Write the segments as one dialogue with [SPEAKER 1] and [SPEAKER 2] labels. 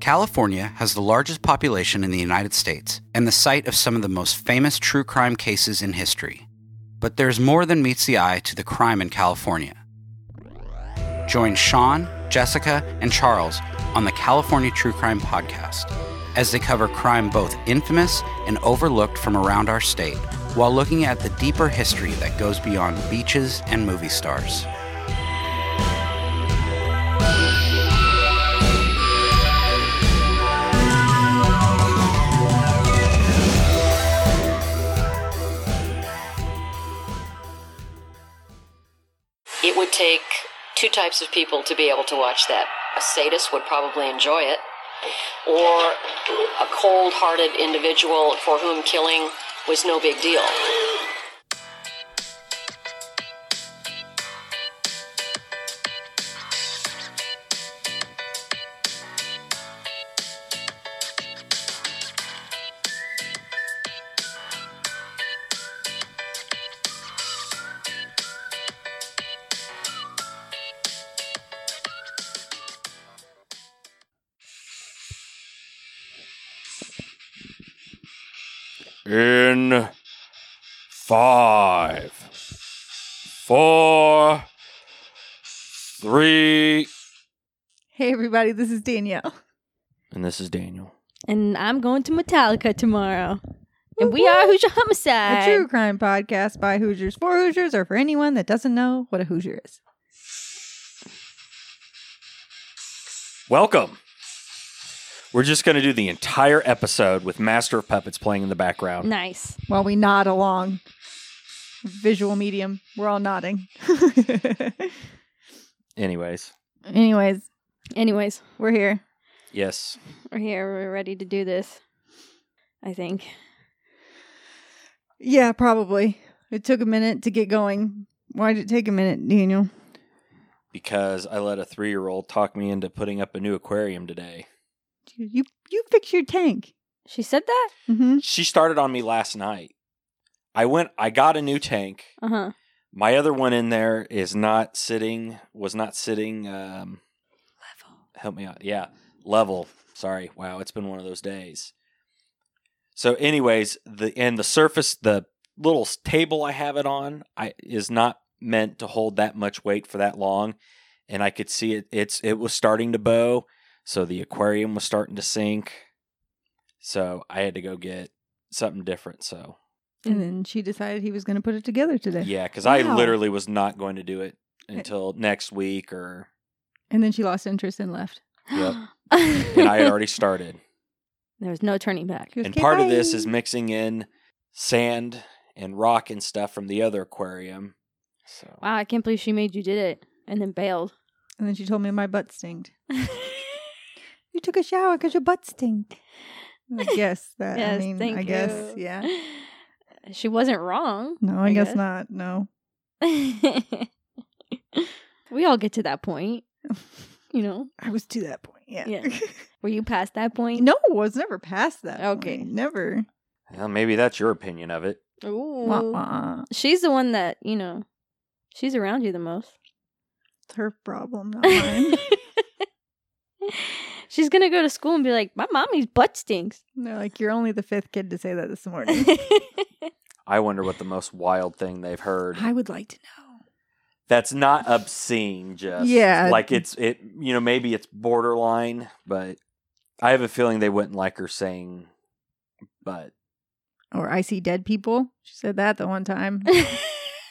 [SPEAKER 1] California has the largest population in the United States and the site of some of the most famous true crime cases in history. But there's more than meets the eye to the crime in California. Join Sean, Jessica, and Charles on the California True Crime Podcast as they cover crime both infamous and overlooked from around our state while looking at the deeper history that goes beyond beaches and movie stars.
[SPEAKER 2] It would take two types of people to be able to watch that. A sadist would probably enjoy it, or a cold hearted individual for whom killing was no big deal.
[SPEAKER 3] in five, four, three.
[SPEAKER 4] Hey, everybody, this is Danielle.
[SPEAKER 3] And this is Daniel.
[SPEAKER 5] And I'm going to Metallica tomorrow. And we are Hoosier Homicide.
[SPEAKER 4] A true crime podcast by Hoosiers for Hoosiers or for anyone that doesn't know what a Hoosier is.
[SPEAKER 3] Welcome. We're just going to do the entire episode with Master of Puppets playing in the background.
[SPEAKER 5] Nice.
[SPEAKER 4] While we nod along, visual medium, we're all nodding.
[SPEAKER 3] Anyways,
[SPEAKER 4] Anyways,
[SPEAKER 5] Anyways,
[SPEAKER 4] we're here.
[SPEAKER 3] yes.
[SPEAKER 5] we're here. We're ready to do this. I think.
[SPEAKER 4] Yeah, probably. It took a minute to get going. Why did it take a minute, Daniel?
[SPEAKER 3] Because I let a three year old talk me into putting up a new aquarium today.
[SPEAKER 4] You you, you fix your tank.
[SPEAKER 5] She said that?
[SPEAKER 4] Mm-hmm.
[SPEAKER 3] She started on me last night. I went, I got a new tank.
[SPEAKER 5] Uh huh.
[SPEAKER 3] My other one in there is not sitting, was not sitting. Um, help me out. Yeah, level. Sorry. Wow, it's been one of those days. So, anyways, the and the surface, the little s- table I have it on, I is not meant to hold that much weight for that long, and I could see it. It's it was starting to bow, so the aquarium was starting to sink. So I had to go get something different. So
[SPEAKER 5] Hmm.
[SPEAKER 4] And then she decided he was going to put it together today.
[SPEAKER 3] yeah, because I
[SPEAKER 4] Wow.
[SPEAKER 3] literally was not going to do it until next week, or
[SPEAKER 4] And then she lost interest and left.
[SPEAKER 3] Yep. and I had already started.
[SPEAKER 5] there was no turning back.
[SPEAKER 4] She goes,
[SPEAKER 3] and
[SPEAKER 4] "Okay,
[SPEAKER 3] part of this
[SPEAKER 4] bye."
[SPEAKER 3] is mixing in sand and rock and stuff from the other aquarium. So
[SPEAKER 5] Wow, I can't believe she made you did it and then bailed.
[SPEAKER 4] And then she told me my butt stinked.
[SPEAKER 5] I
[SPEAKER 4] You took a shower because your butt stinked. I guess that. I mean, I guess, yeah.
[SPEAKER 5] She wasn't wrong.
[SPEAKER 4] No, I,
[SPEAKER 5] I
[SPEAKER 4] guess,
[SPEAKER 5] guess.
[SPEAKER 4] not. No.
[SPEAKER 5] we all get to that point, you know.
[SPEAKER 4] I was to that point. Yeah.
[SPEAKER 5] Yeah. Were you past that point?
[SPEAKER 4] no, I was never past that.
[SPEAKER 5] Okay.
[SPEAKER 4] point. Never.
[SPEAKER 3] well, maybe that's your opinion of it.
[SPEAKER 5] Ooh.
[SPEAKER 4] Wah, wah.
[SPEAKER 5] She's the one that, you know, she's around you the most.
[SPEAKER 4] It's her problem, not mine.
[SPEAKER 5] she's going to go to school and be like, my mommy's butt stinks.
[SPEAKER 4] And They're like, you're only the fifth kid to say that this morning.
[SPEAKER 5] That's
[SPEAKER 3] I wonder what the most wild thing they've heard.
[SPEAKER 4] I would like to know.
[SPEAKER 3] That's not obscene, just
[SPEAKER 4] Yeah.
[SPEAKER 3] Like it's it you know, maybe it's borderline, but I have a feeling they wouldn't like her saying but
[SPEAKER 4] Or I see dead people. She said that the one time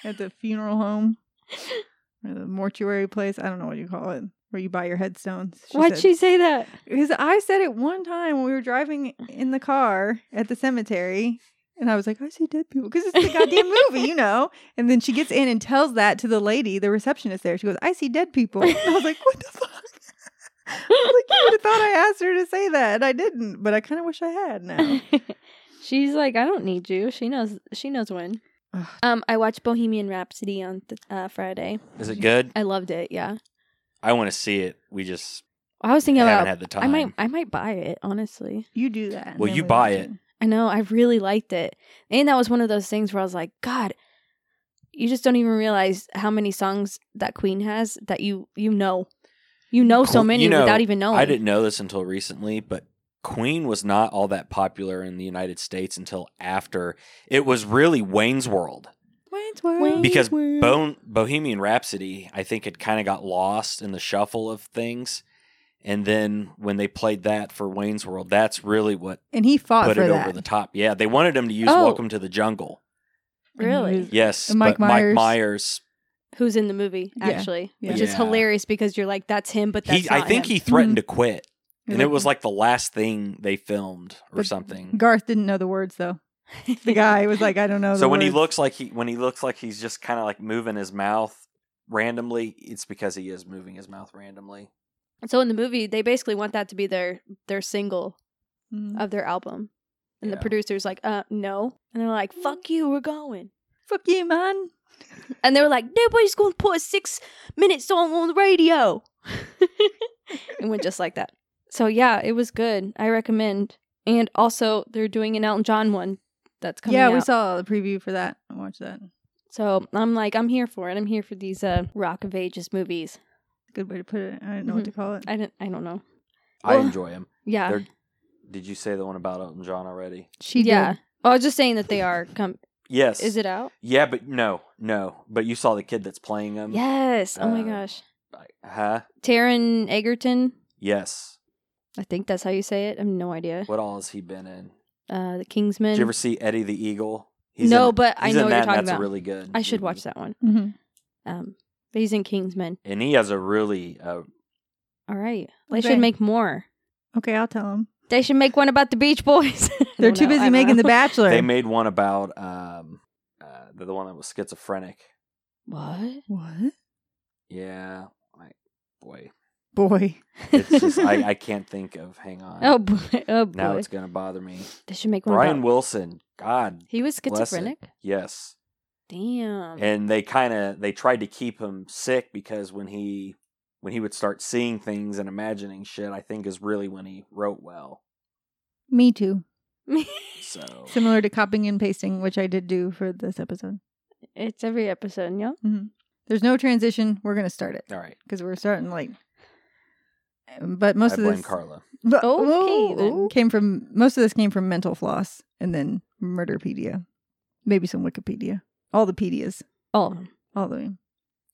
[SPEAKER 4] at the funeral home or the mortuary place. I don't know what you call it, where you buy your headstones.
[SPEAKER 5] Why'd
[SPEAKER 4] said-
[SPEAKER 5] she say that?
[SPEAKER 4] Because I said it one time when we were driving in the car at the cemetery, and I was like, I see dead people because it's the goddamn movie, you know. And then she gets in and tells that to the lady, the receptionist there. She goes, I see dead people. And I was like, What the fuck? I was like, you would have thought I asked her to say that, and I didn't, but I kind of wish I had now.
[SPEAKER 5] she's like, I don't need you. She knows. She knows when.
[SPEAKER 4] Ugh.
[SPEAKER 5] Um, I watched Bohemian Rhapsody on th- uh, Friday.
[SPEAKER 3] is it good?
[SPEAKER 5] I loved it. Yeah,
[SPEAKER 3] I want to see it. We just
[SPEAKER 5] I was thinking
[SPEAKER 3] haven't
[SPEAKER 5] about.
[SPEAKER 3] had the time.
[SPEAKER 5] I might. I might buy it. Honestly,
[SPEAKER 4] You do that. and
[SPEAKER 3] Well,
[SPEAKER 4] then
[SPEAKER 3] you
[SPEAKER 4] we
[SPEAKER 3] buy
[SPEAKER 4] watch
[SPEAKER 3] it.
[SPEAKER 5] I know. I really liked it, and that was one of those things where I was like, God, you just don't even realize how many songs that Queen has that you you know. You know so
[SPEAKER 3] Cool.
[SPEAKER 5] many
[SPEAKER 3] You know,
[SPEAKER 5] without even knowing.
[SPEAKER 3] I didn't know this until recently, but Queen was not all that popular in the United States until after it was really Wayne's World
[SPEAKER 4] Wayne's World.
[SPEAKER 5] Wayne-
[SPEAKER 3] because
[SPEAKER 5] World.
[SPEAKER 3] Bone, Bohemian Rhapsody, I think, had kind of got lost in the shuffle of things. And then when they played that for Wayne's World, that's really what
[SPEAKER 4] and he fought
[SPEAKER 3] put
[SPEAKER 4] for
[SPEAKER 3] it
[SPEAKER 4] that.
[SPEAKER 3] over the top. Yeah, they wanted him to use
[SPEAKER 5] Oh.
[SPEAKER 3] Welcome to the Jungle.
[SPEAKER 5] Really?
[SPEAKER 4] And he was-
[SPEAKER 3] Yes,
[SPEAKER 4] And Mike
[SPEAKER 3] but
[SPEAKER 4] Myers.
[SPEAKER 3] Mike Myers.
[SPEAKER 5] Who's in the movie
[SPEAKER 4] Yeah.
[SPEAKER 5] actually, which is
[SPEAKER 3] Yeah.
[SPEAKER 5] hilarious because you're like, that's him, but that's
[SPEAKER 3] He, I
[SPEAKER 5] not
[SPEAKER 3] think
[SPEAKER 5] him.
[SPEAKER 3] he threatened to quit,
[SPEAKER 4] Mm-hmm. he
[SPEAKER 3] and it was like the last thing they filmed or
[SPEAKER 4] But
[SPEAKER 3] something.
[SPEAKER 4] Garth didn't know the words though. The guy was like, I don't know.
[SPEAKER 3] so
[SPEAKER 4] the
[SPEAKER 3] when he
[SPEAKER 4] words.
[SPEAKER 3] looks like he when he looks like he's just kind of like moving his mouth randomly, it's because he is moving his mouth randomly.
[SPEAKER 5] so in the movie, they basically want that to be their their single
[SPEAKER 4] Mm.
[SPEAKER 5] of their album, and the
[SPEAKER 3] Yeah.
[SPEAKER 5] producers like, uh, no, and they're like, fuck you, we're going,
[SPEAKER 4] fuck you, man.
[SPEAKER 5] and they were like, nobody's going to put a six minute song on the radio, and went just like that. So yeah, it was good. I recommend, and also they're doing an Elton John one that's coming.
[SPEAKER 4] yeah,
[SPEAKER 5] out.
[SPEAKER 4] we saw the preview for that. I watched that.
[SPEAKER 5] So I'm like, I'm here for it. I'm here for these uh, rock of ages movies. Mm-hmm.
[SPEAKER 4] Good way to put it. I didn't know what to call it.
[SPEAKER 5] I don't, I don't know.
[SPEAKER 3] I
[SPEAKER 5] Well,
[SPEAKER 3] enjoy him.
[SPEAKER 5] Yeah,
[SPEAKER 3] They're- Did you say the one about Elton John already?
[SPEAKER 4] she did.
[SPEAKER 5] yeah. Oh, I was just saying that they are. Com-
[SPEAKER 3] Yes.
[SPEAKER 5] is it out?
[SPEAKER 3] Yeah, but no, no. But you saw the kid that's playing him.
[SPEAKER 5] Yes. Oh my
[SPEAKER 3] Um, uh,
[SPEAKER 5] gosh,
[SPEAKER 3] Like, Huh?
[SPEAKER 5] Taryn Egerton.
[SPEAKER 3] Yes.
[SPEAKER 5] I think that's how you say it. I have no idea.
[SPEAKER 3] What all has he been in?
[SPEAKER 5] Uh, the Kingsman.
[SPEAKER 3] Did you ever see Eddie the Eagle?
[SPEAKER 5] No,
[SPEAKER 3] in-
[SPEAKER 5] but I
[SPEAKER 3] he's
[SPEAKER 5] know
[SPEAKER 3] in
[SPEAKER 5] what you're
[SPEAKER 3] that, and
[SPEAKER 5] talking
[SPEAKER 3] that's
[SPEAKER 5] about.
[SPEAKER 3] really good.
[SPEAKER 5] I should
[SPEAKER 3] movie.
[SPEAKER 5] watch that one.
[SPEAKER 4] hmm
[SPEAKER 5] Um, but he's in Kingsman.
[SPEAKER 3] And he has a really uh,
[SPEAKER 5] All right, they
[SPEAKER 4] Okay.
[SPEAKER 5] should make more.
[SPEAKER 4] Okay, I'll tell him.
[SPEAKER 5] They should make one about the Beach Boys. I
[SPEAKER 4] They're
[SPEAKER 5] don't
[SPEAKER 4] too
[SPEAKER 5] know. I
[SPEAKER 4] busy
[SPEAKER 5] don't
[SPEAKER 4] making
[SPEAKER 5] know.
[SPEAKER 4] The Bachelor.
[SPEAKER 3] They made one about um, uh, the, the one that was schizophrenic.
[SPEAKER 5] what?
[SPEAKER 4] what?
[SPEAKER 3] Yeah, like, boy,
[SPEAKER 4] Boy.
[SPEAKER 3] it's just I, I can't think of. Hang on.
[SPEAKER 5] oh boy! Oh boy!
[SPEAKER 3] now it's gonna bother me.
[SPEAKER 5] they should make one.
[SPEAKER 3] Brian
[SPEAKER 5] about-
[SPEAKER 3] Wilson. God,
[SPEAKER 5] He was
[SPEAKER 3] bless it.
[SPEAKER 5] schizophrenic.
[SPEAKER 3] Yes,
[SPEAKER 5] Damn.
[SPEAKER 3] and they kind of they tried to keep him sick because when he when he would start seeing things and imagining shit, I think is really when he wrote well.
[SPEAKER 4] Me too.
[SPEAKER 3] So
[SPEAKER 4] Similar to copying and pasting, which I did do for this episode.
[SPEAKER 5] it's every episode, yeah.
[SPEAKER 4] Mm. Mm-hmm. There's no transition. We're gonna start it
[SPEAKER 3] all right,
[SPEAKER 4] because we're starting late. But most
[SPEAKER 3] I
[SPEAKER 4] of
[SPEAKER 3] blame
[SPEAKER 4] this
[SPEAKER 3] Carla.
[SPEAKER 4] But,
[SPEAKER 5] Okay,
[SPEAKER 4] oh,
[SPEAKER 5] then.
[SPEAKER 4] oh, came from most of this came from Mental Floss and then Murderpedia, maybe some Wikipedia, all the pedias,
[SPEAKER 5] Oh,
[SPEAKER 4] all the way.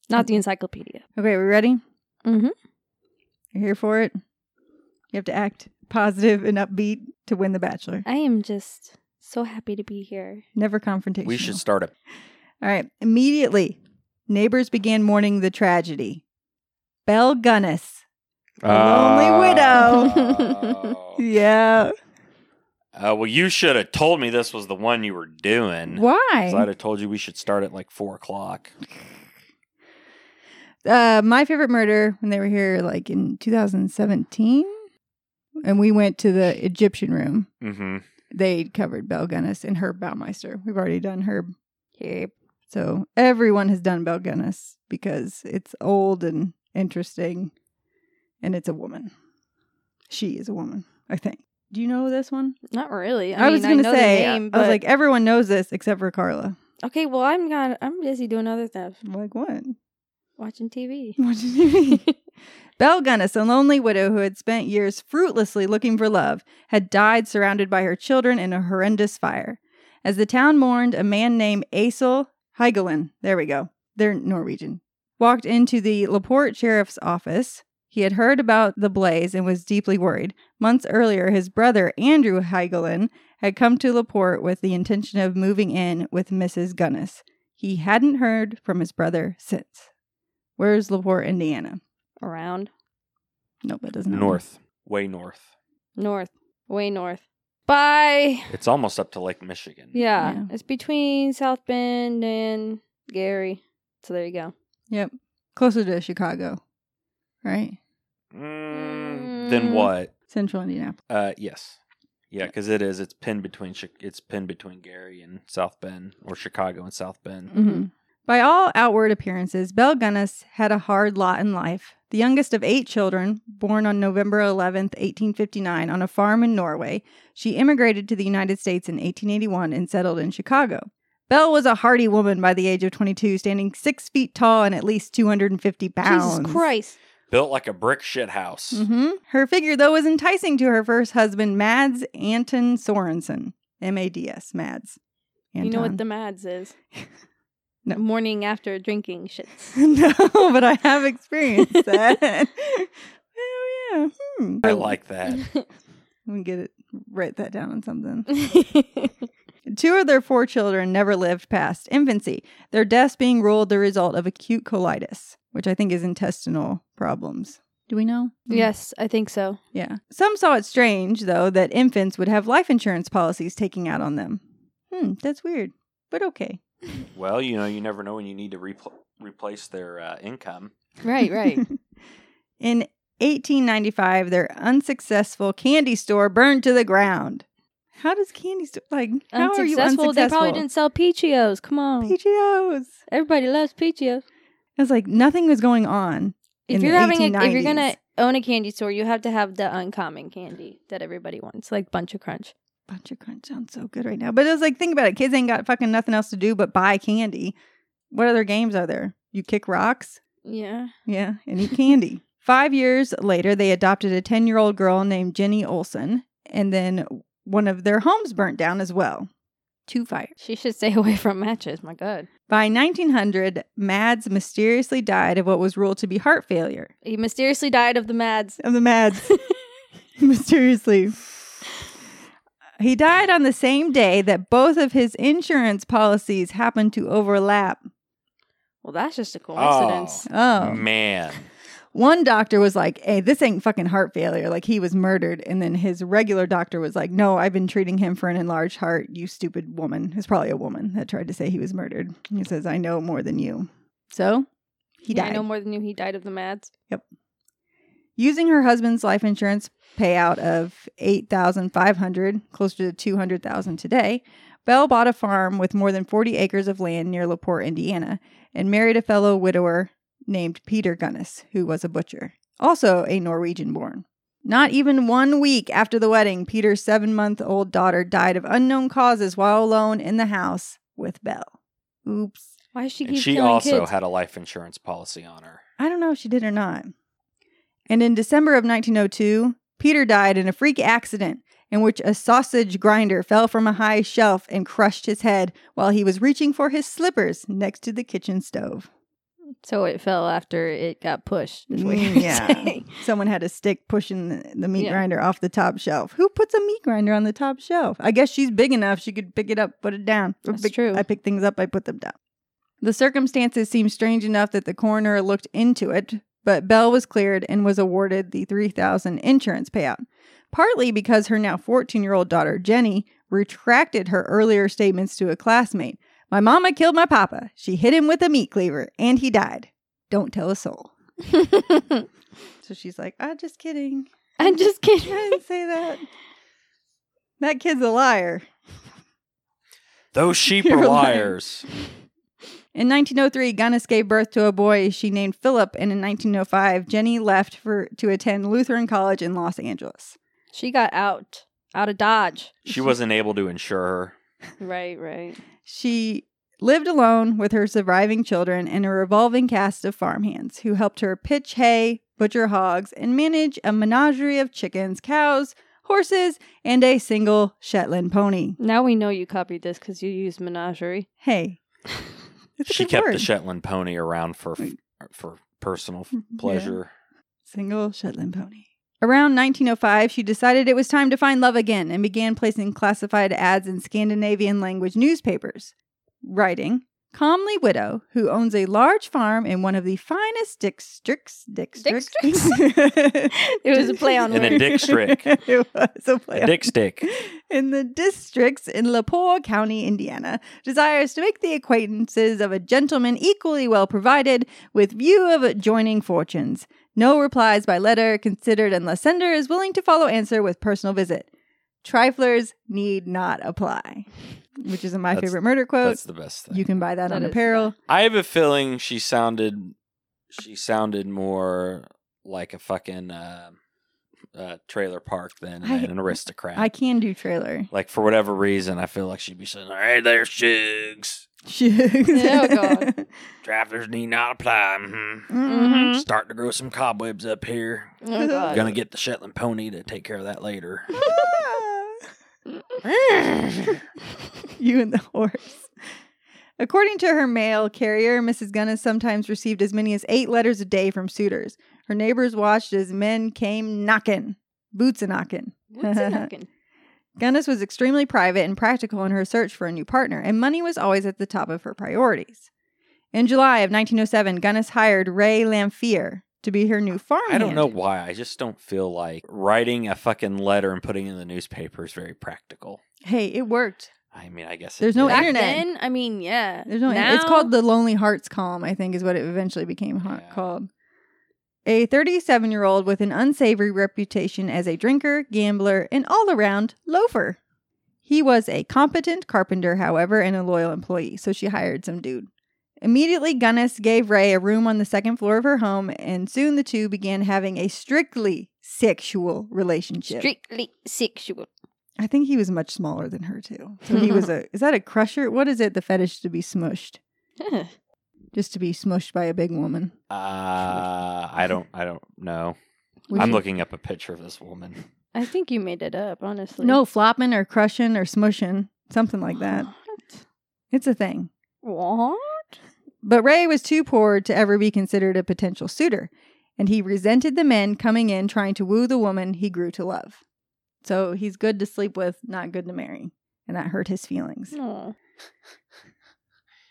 [SPEAKER 5] not the encyclopedia.
[SPEAKER 4] Okay, we ready?
[SPEAKER 5] Mhm.
[SPEAKER 4] You're here for it. You have to act positive and upbeat to win the Bachelor.
[SPEAKER 5] I am just so happy to be here.
[SPEAKER 4] Never confrontational.
[SPEAKER 3] We should start a
[SPEAKER 4] All right. Immediately, neighbors began mourning the tragedy. Belle Gunnis.
[SPEAKER 3] Ah.
[SPEAKER 4] lonely
[SPEAKER 5] widow.
[SPEAKER 4] Yeah.
[SPEAKER 3] Uh, well, you should have told me this was the one you were doing. 'Cause I'd
[SPEAKER 4] Why?
[SPEAKER 3] have told you we should start at like four o'clock.
[SPEAKER 4] Uh, my favorite murder when they were here, like in 2017, and we went to the Egyptian room.
[SPEAKER 3] Mm-hmm.
[SPEAKER 4] They covered Belle Gunnis and Herb Baumeister. We've already done Herb.
[SPEAKER 5] Yep.
[SPEAKER 4] So everyone has done Belle Gunnis because it's old and interesting and it's a woman. She is a woman, I think. Do you know this one?
[SPEAKER 5] Not really.
[SPEAKER 4] I,
[SPEAKER 5] I,
[SPEAKER 4] was
[SPEAKER 5] mean,
[SPEAKER 4] going to
[SPEAKER 5] know the
[SPEAKER 4] say,
[SPEAKER 5] name,
[SPEAKER 4] I was
[SPEAKER 5] but-
[SPEAKER 4] like, everyone knows this except for Carla.
[SPEAKER 5] okay, well, I'm not. I'm busy doing other stuff,
[SPEAKER 4] I'm like, what?
[SPEAKER 5] watching TV.
[SPEAKER 4] What did you mean? Belle Gunnis, a lonely widow who had spent years fruitlessly looking for love, had died surrounded by her children in a horrendous fire. As the town mourned, a man named Asel Heigelin, there we go, they're Norwegian, walked into the LaPorte sheriff's office. He had heard about the blaze and was deeply worried. Months earlier, his brother, Andrew Heigelin, had come to LaPorte with the intention of moving in with Mrs. Gunnis. He hadn't heard from his brother since. Where's LaPorte, Indiana?
[SPEAKER 5] Around
[SPEAKER 4] Nope, it doesn't.
[SPEAKER 3] North, way north.
[SPEAKER 5] north, way north. Bye.
[SPEAKER 3] It's almost up to Lake Michigan.
[SPEAKER 5] Yeah,
[SPEAKER 4] Yeah.
[SPEAKER 5] it's between South Bend and Gary. So there you go.
[SPEAKER 4] Yep, closer to Chicago, right?
[SPEAKER 3] Mm, Then what?
[SPEAKER 4] Central Indianapolis.
[SPEAKER 3] Uh, yes. Yeah, because it is. It's pinned between. Chi- It's pinned between Gary and South Bend, or Chicago and South Bend.
[SPEAKER 4] Mhm. By all outward appearances, Belle Gunnis had a hard lot in life. The youngest of eight children, born on November 11th, 1859, on a farm in Norway, she immigrated to the United States in 1881 and settled in Chicago. Belle was a hardy woman by the age of 22, standing six feet tall and at least 250 pounds.
[SPEAKER 5] Jesus Christ!
[SPEAKER 3] built like a brick shit house.
[SPEAKER 4] hmm Her figure, though, was enticing to her first husband, Mads Anton Sorensen. M A D S, Mads.
[SPEAKER 5] You know what the
[SPEAKER 4] Anton.
[SPEAKER 5] Mads is?
[SPEAKER 4] um, No.
[SPEAKER 5] Morning after drinking shits.
[SPEAKER 4] no, but I have experienced that. Hell yeah. Hmm.
[SPEAKER 3] I like that.
[SPEAKER 4] Let me get it, write that down on something. Two of their four children never lived past infancy, their deaths being ruled the result of acute colitis, which I think is intestinal problems. Do we know? Mm.
[SPEAKER 5] yes, I think so.
[SPEAKER 4] Yeah. Some saw it strange, though, that infants would have life insurance policies taking out on them. Hmm, that's weird, but okay.
[SPEAKER 3] Well, you know, you never know when you need to repl- replace their uh, income.
[SPEAKER 5] Right, right.
[SPEAKER 4] In 1895, their unsuccessful candy store burned to the ground. How does candy store, like, how are you unsuccessful?
[SPEAKER 5] They probably didn't sell Peachios. Come on.
[SPEAKER 4] PGOs.
[SPEAKER 5] Oh. Everybody loves Peachios.
[SPEAKER 4] It was like nothing was going on.
[SPEAKER 5] If
[SPEAKER 4] in
[SPEAKER 5] you're
[SPEAKER 4] the
[SPEAKER 5] having a, if you're
[SPEAKER 4] 1890s.
[SPEAKER 5] gonna own a candy store, you have to have the uncommon candy that everybody wants, like Bunch of Crunch.
[SPEAKER 4] Bunch of crunch sounds so good right now. But it was like, think about it. Kids ain't got fucking nothing else to do but buy candy. What other games are there? You kick rocks?
[SPEAKER 5] Yeah.
[SPEAKER 4] Yeah, and eat candy. Five years later, they adopted a 10 year old girl named Jenny Olson, and then one of their homes burnt down as well. Two fires.
[SPEAKER 5] She should stay away from matches. My God.
[SPEAKER 4] By 1900, Mads mysteriously died of what was ruled to be heart failure.
[SPEAKER 5] He mysteriously died of the Mads.
[SPEAKER 4] Of the Mads. mysteriously. He died on the same day that both of his insurance policies happened to overlap.
[SPEAKER 5] Well, that's just a coincidence.
[SPEAKER 4] Oh,
[SPEAKER 3] Man.
[SPEAKER 4] one doctor was like, hey, this ain't fucking heart failure. Like, he was murdered. And then his regular doctor was like, no, I've been treating him for an enlarged heart, you stupid woman. It's probably a woman that tried to say he was murdered. He says, I know more than you. So he
[SPEAKER 5] Yeah, I
[SPEAKER 4] died.
[SPEAKER 5] know more than you. He died of the Mads.
[SPEAKER 4] using her husband's life insurance payout of 8500 closer to 200000 today bell bought a farm with more than 40 acres of land near laporte indiana and married a fellow widower named peter gunnis who was a butcher also a norwegian born not even one week after the wedding peter's seven month old daughter died of unknown causes while alone in the house with bell oops
[SPEAKER 5] Why does she
[SPEAKER 3] And
[SPEAKER 5] keep
[SPEAKER 3] she
[SPEAKER 5] killing
[SPEAKER 3] also
[SPEAKER 5] kids?
[SPEAKER 3] had a life insurance policy on her.
[SPEAKER 4] I don't know if she did or not. And in December of 1902, Peter died in a freak accident in which a sausage grinder fell from a high shelf and crushed his head while he was reaching for his slippers next to the kitchen stove.
[SPEAKER 5] so it fell after it got pushed. Is what
[SPEAKER 4] Mm,
[SPEAKER 5] you're
[SPEAKER 4] yeah.
[SPEAKER 5] saying.
[SPEAKER 4] Someone had a stick pushing the- the meat
[SPEAKER 5] Yeah.
[SPEAKER 4] grinder off the top shelf. Who puts a meat grinder on the top shelf? I guess she's big enough she could pick it up, put it down. Or
[SPEAKER 5] That's
[SPEAKER 4] pick-
[SPEAKER 5] true.
[SPEAKER 4] I pick things up, I put them down. The circumstances seemed strange enough that the coroner looked into it, but Bell was cleared and was awarded the 3000 insurance payout. Partly because her now 14-year-old daughter Jenny retracted her earlier statements to a classmate. My mama killed my papa. She hit him with a meat cleaver and he died. Don't tell a soul. So she's like, "Ah, just kidding.
[SPEAKER 5] I'm just
[SPEAKER 4] I
[SPEAKER 5] kidding.
[SPEAKER 4] didn't say that. That kid's a liar."
[SPEAKER 3] Those sheep
[SPEAKER 4] You're
[SPEAKER 3] are
[SPEAKER 4] lying.
[SPEAKER 3] liars.
[SPEAKER 4] In 1903, Gunnis gave birth to a boy she named Philip, and in 1905, Jenny left for to attend Lutheran College in Los Angeles.
[SPEAKER 5] She got out, out of Dodge.
[SPEAKER 3] She wasn't able to insure her.
[SPEAKER 5] Right, right.
[SPEAKER 4] She lived alone with her surviving children and a revolving cast of farmhands who helped her pitch hay, butcher hogs, and manage a menagerie of chickens, cows, horses, and a single Shetland pony.
[SPEAKER 5] Now we know you copied this because you used menagerie.
[SPEAKER 4] Hey, It's a
[SPEAKER 3] She
[SPEAKER 4] good
[SPEAKER 3] kept the
[SPEAKER 4] word. Mm-hmm.
[SPEAKER 3] Shetland pony around for f- for personal f-
[SPEAKER 4] Yeah.
[SPEAKER 3] pleasure.
[SPEAKER 4] Single Shetland pony. Around 1905, she decided it was time to find love again and began placing classified ads in Scandinavian language newspapers. Writing, Calmly Widow, who owns a large farm in one of the finest districts. Districts?
[SPEAKER 5] It was a play on
[SPEAKER 3] In a
[SPEAKER 5] words.
[SPEAKER 3] district.
[SPEAKER 4] it was a play
[SPEAKER 3] A
[SPEAKER 4] on
[SPEAKER 3] dick stick.
[SPEAKER 4] in the districts in Lepore County, Indiana, desires to make the acquaintances of a gentleman equally well provided with view of adjoining fortunes. No replies by letter considered unless sender is willing to follow answer with personal visit. Triflers need not apply, which is my
[SPEAKER 3] That's-
[SPEAKER 4] favorite murder quote.
[SPEAKER 3] That's the best thing.
[SPEAKER 4] You can buy that,
[SPEAKER 5] That
[SPEAKER 4] on
[SPEAKER 5] is
[SPEAKER 4] apparel.
[SPEAKER 3] I have a feeling she sounded she sounded more like a fucking uh, uh, trailer park than
[SPEAKER 4] I-
[SPEAKER 3] an aristocrat.
[SPEAKER 4] I can do trailer.
[SPEAKER 3] like for whatever reason, I feel like she'd be saying, "All right, there's Shugs.
[SPEAKER 5] Oh, God.
[SPEAKER 3] Drafters need not apply. hmm
[SPEAKER 4] Mhm.
[SPEAKER 3] Starting to grow some cobwebs up here.
[SPEAKER 5] Mm-hmm. Oh, God.
[SPEAKER 3] Gonna get the Shetland pony to take care of that later."
[SPEAKER 4] you and the horse. According to her mail carrier, Mrs. Gunnis sometimes received as many as eight letters a day from suitors. Her neighbors watched as men came knocking, boots a knocking.
[SPEAKER 5] What's a knocking?
[SPEAKER 4] Gunnis was extremely private and practical in her search for a new partner, and money was always at the top of her priorities. In July of 1907, Gunnis hired Ray Lamphere to be her new farmhand.
[SPEAKER 3] I don't know why. I just don't feel like writing a fucking letter and putting it in the newspaper is very practical.
[SPEAKER 4] Hey, it worked.
[SPEAKER 3] I mean, I guess it
[SPEAKER 4] There's no
[SPEAKER 3] did.
[SPEAKER 5] Back
[SPEAKER 4] internet.
[SPEAKER 5] then, I mean, yeah.
[SPEAKER 4] There's no.
[SPEAKER 5] Now-
[SPEAKER 4] it's called the Lonely Hearts Calm. I think is what it eventually became ha-
[SPEAKER 3] Yeah.
[SPEAKER 4] called. A 37 year old with an unsavory reputation as a drinker, gambler, and all around loafer. He was a competent carpenter, however, and a loyal employee, so she hired some dude. Immediately, Gunnis gave Ray a room on the second floor of her home, and soon the two began having a strictly sexual relationship.
[SPEAKER 5] Strictly sexual.
[SPEAKER 4] I think he was much smaller than her, too. So he was a. Is that a crusher? What is it, the fetish to be smushed?
[SPEAKER 5] Huh.
[SPEAKER 4] just to be smushed by a big woman.
[SPEAKER 3] Uh, I don't. I don't know.
[SPEAKER 4] We
[SPEAKER 3] I'm
[SPEAKER 4] should-
[SPEAKER 3] looking up a picture of this woman.
[SPEAKER 5] I think you made it up, honestly.
[SPEAKER 4] No, flopping or crushing or smushing, something like that. It's a thing.
[SPEAKER 5] What?
[SPEAKER 4] But Ray was too poor to ever be considered a potential suitor, and he resented the men coming in trying to woo the woman he grew to love. So he's good to sleep with, not good to marry. And that hurt his feelings.
[SPEAKER 5] No.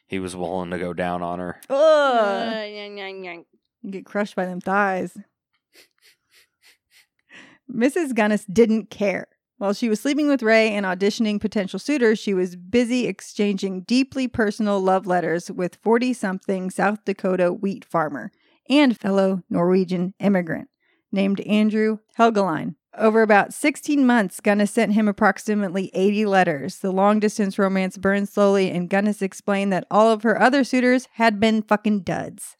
[SPEAKER 3] He was willing to go down on her.
[SPEAKER 4] Ugh.
[SPEAKER 5] Uh, yang, yang, yang.
[SPEAKER 4] You get crushed by them thighs. Mrs. Gunnis didn't care. While she was sleeping with Ray and auditioning potential suitors, she was busy exchanging deeply personal love letters with 40 something South Dakota wheat farmer and fellow Norwegian immigrant named Andrew Helgeline. Over about 16 months, Gunnis sent him approximately 80 letters. The long distance romance burned slowly, and Gunnis explained that all of her other suitors had been fucking duds.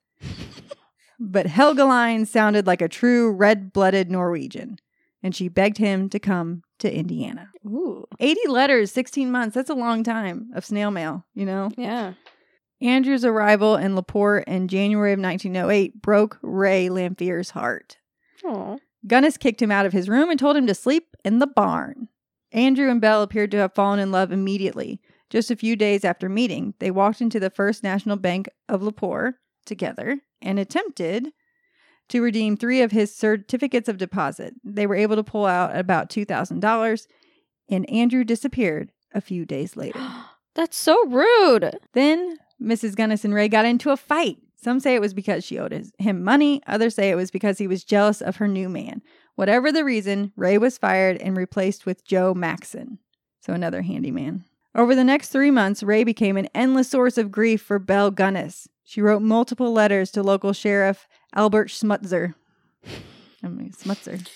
[SPEAKER 4] but Helgeline sounded like a true red blooded Norwegian and she begged him to come to Indiana.
[SPEAKER 5] Ooh.
[SPEAKER 4] 80 letters, 16 months. That's a long time of snail mail, you know?
[SPEAKER 5] Yeah.
[SPEAKER 4] Andrew's arrival in LaPorte in January of 1908 broke Ray Lamphere's heart.
[SPEAKER 5] Oh.
[SPEAKER 4] Gunnis kicked him out of his room and told him to sleep in the barn. Andrew and Belle appeared to have fallen in love immediately. Just a few days after meeting, they walked into the First National Bank of Laporte together and attempted to redeem three of his certificates of deposit. They were able to pull out about $2,000, and Andrew disappeared a few days later.
[SPEAKER 5] That's so rude.
[SPEAKER 4] Then Mrs. Gunnis and Ray got into a fight. Some say it was because she owed his, him money, others say it was because he was jealous of her new man. Whatever the reason, Ray was fired and replaced with Joe Maxon, so another handyman. Over the next three months, Ray became an endless source of grief for Belle Gunnis. She wrote multiple letters to local sheriff Albert Schmutzer. I mean, Smutzer.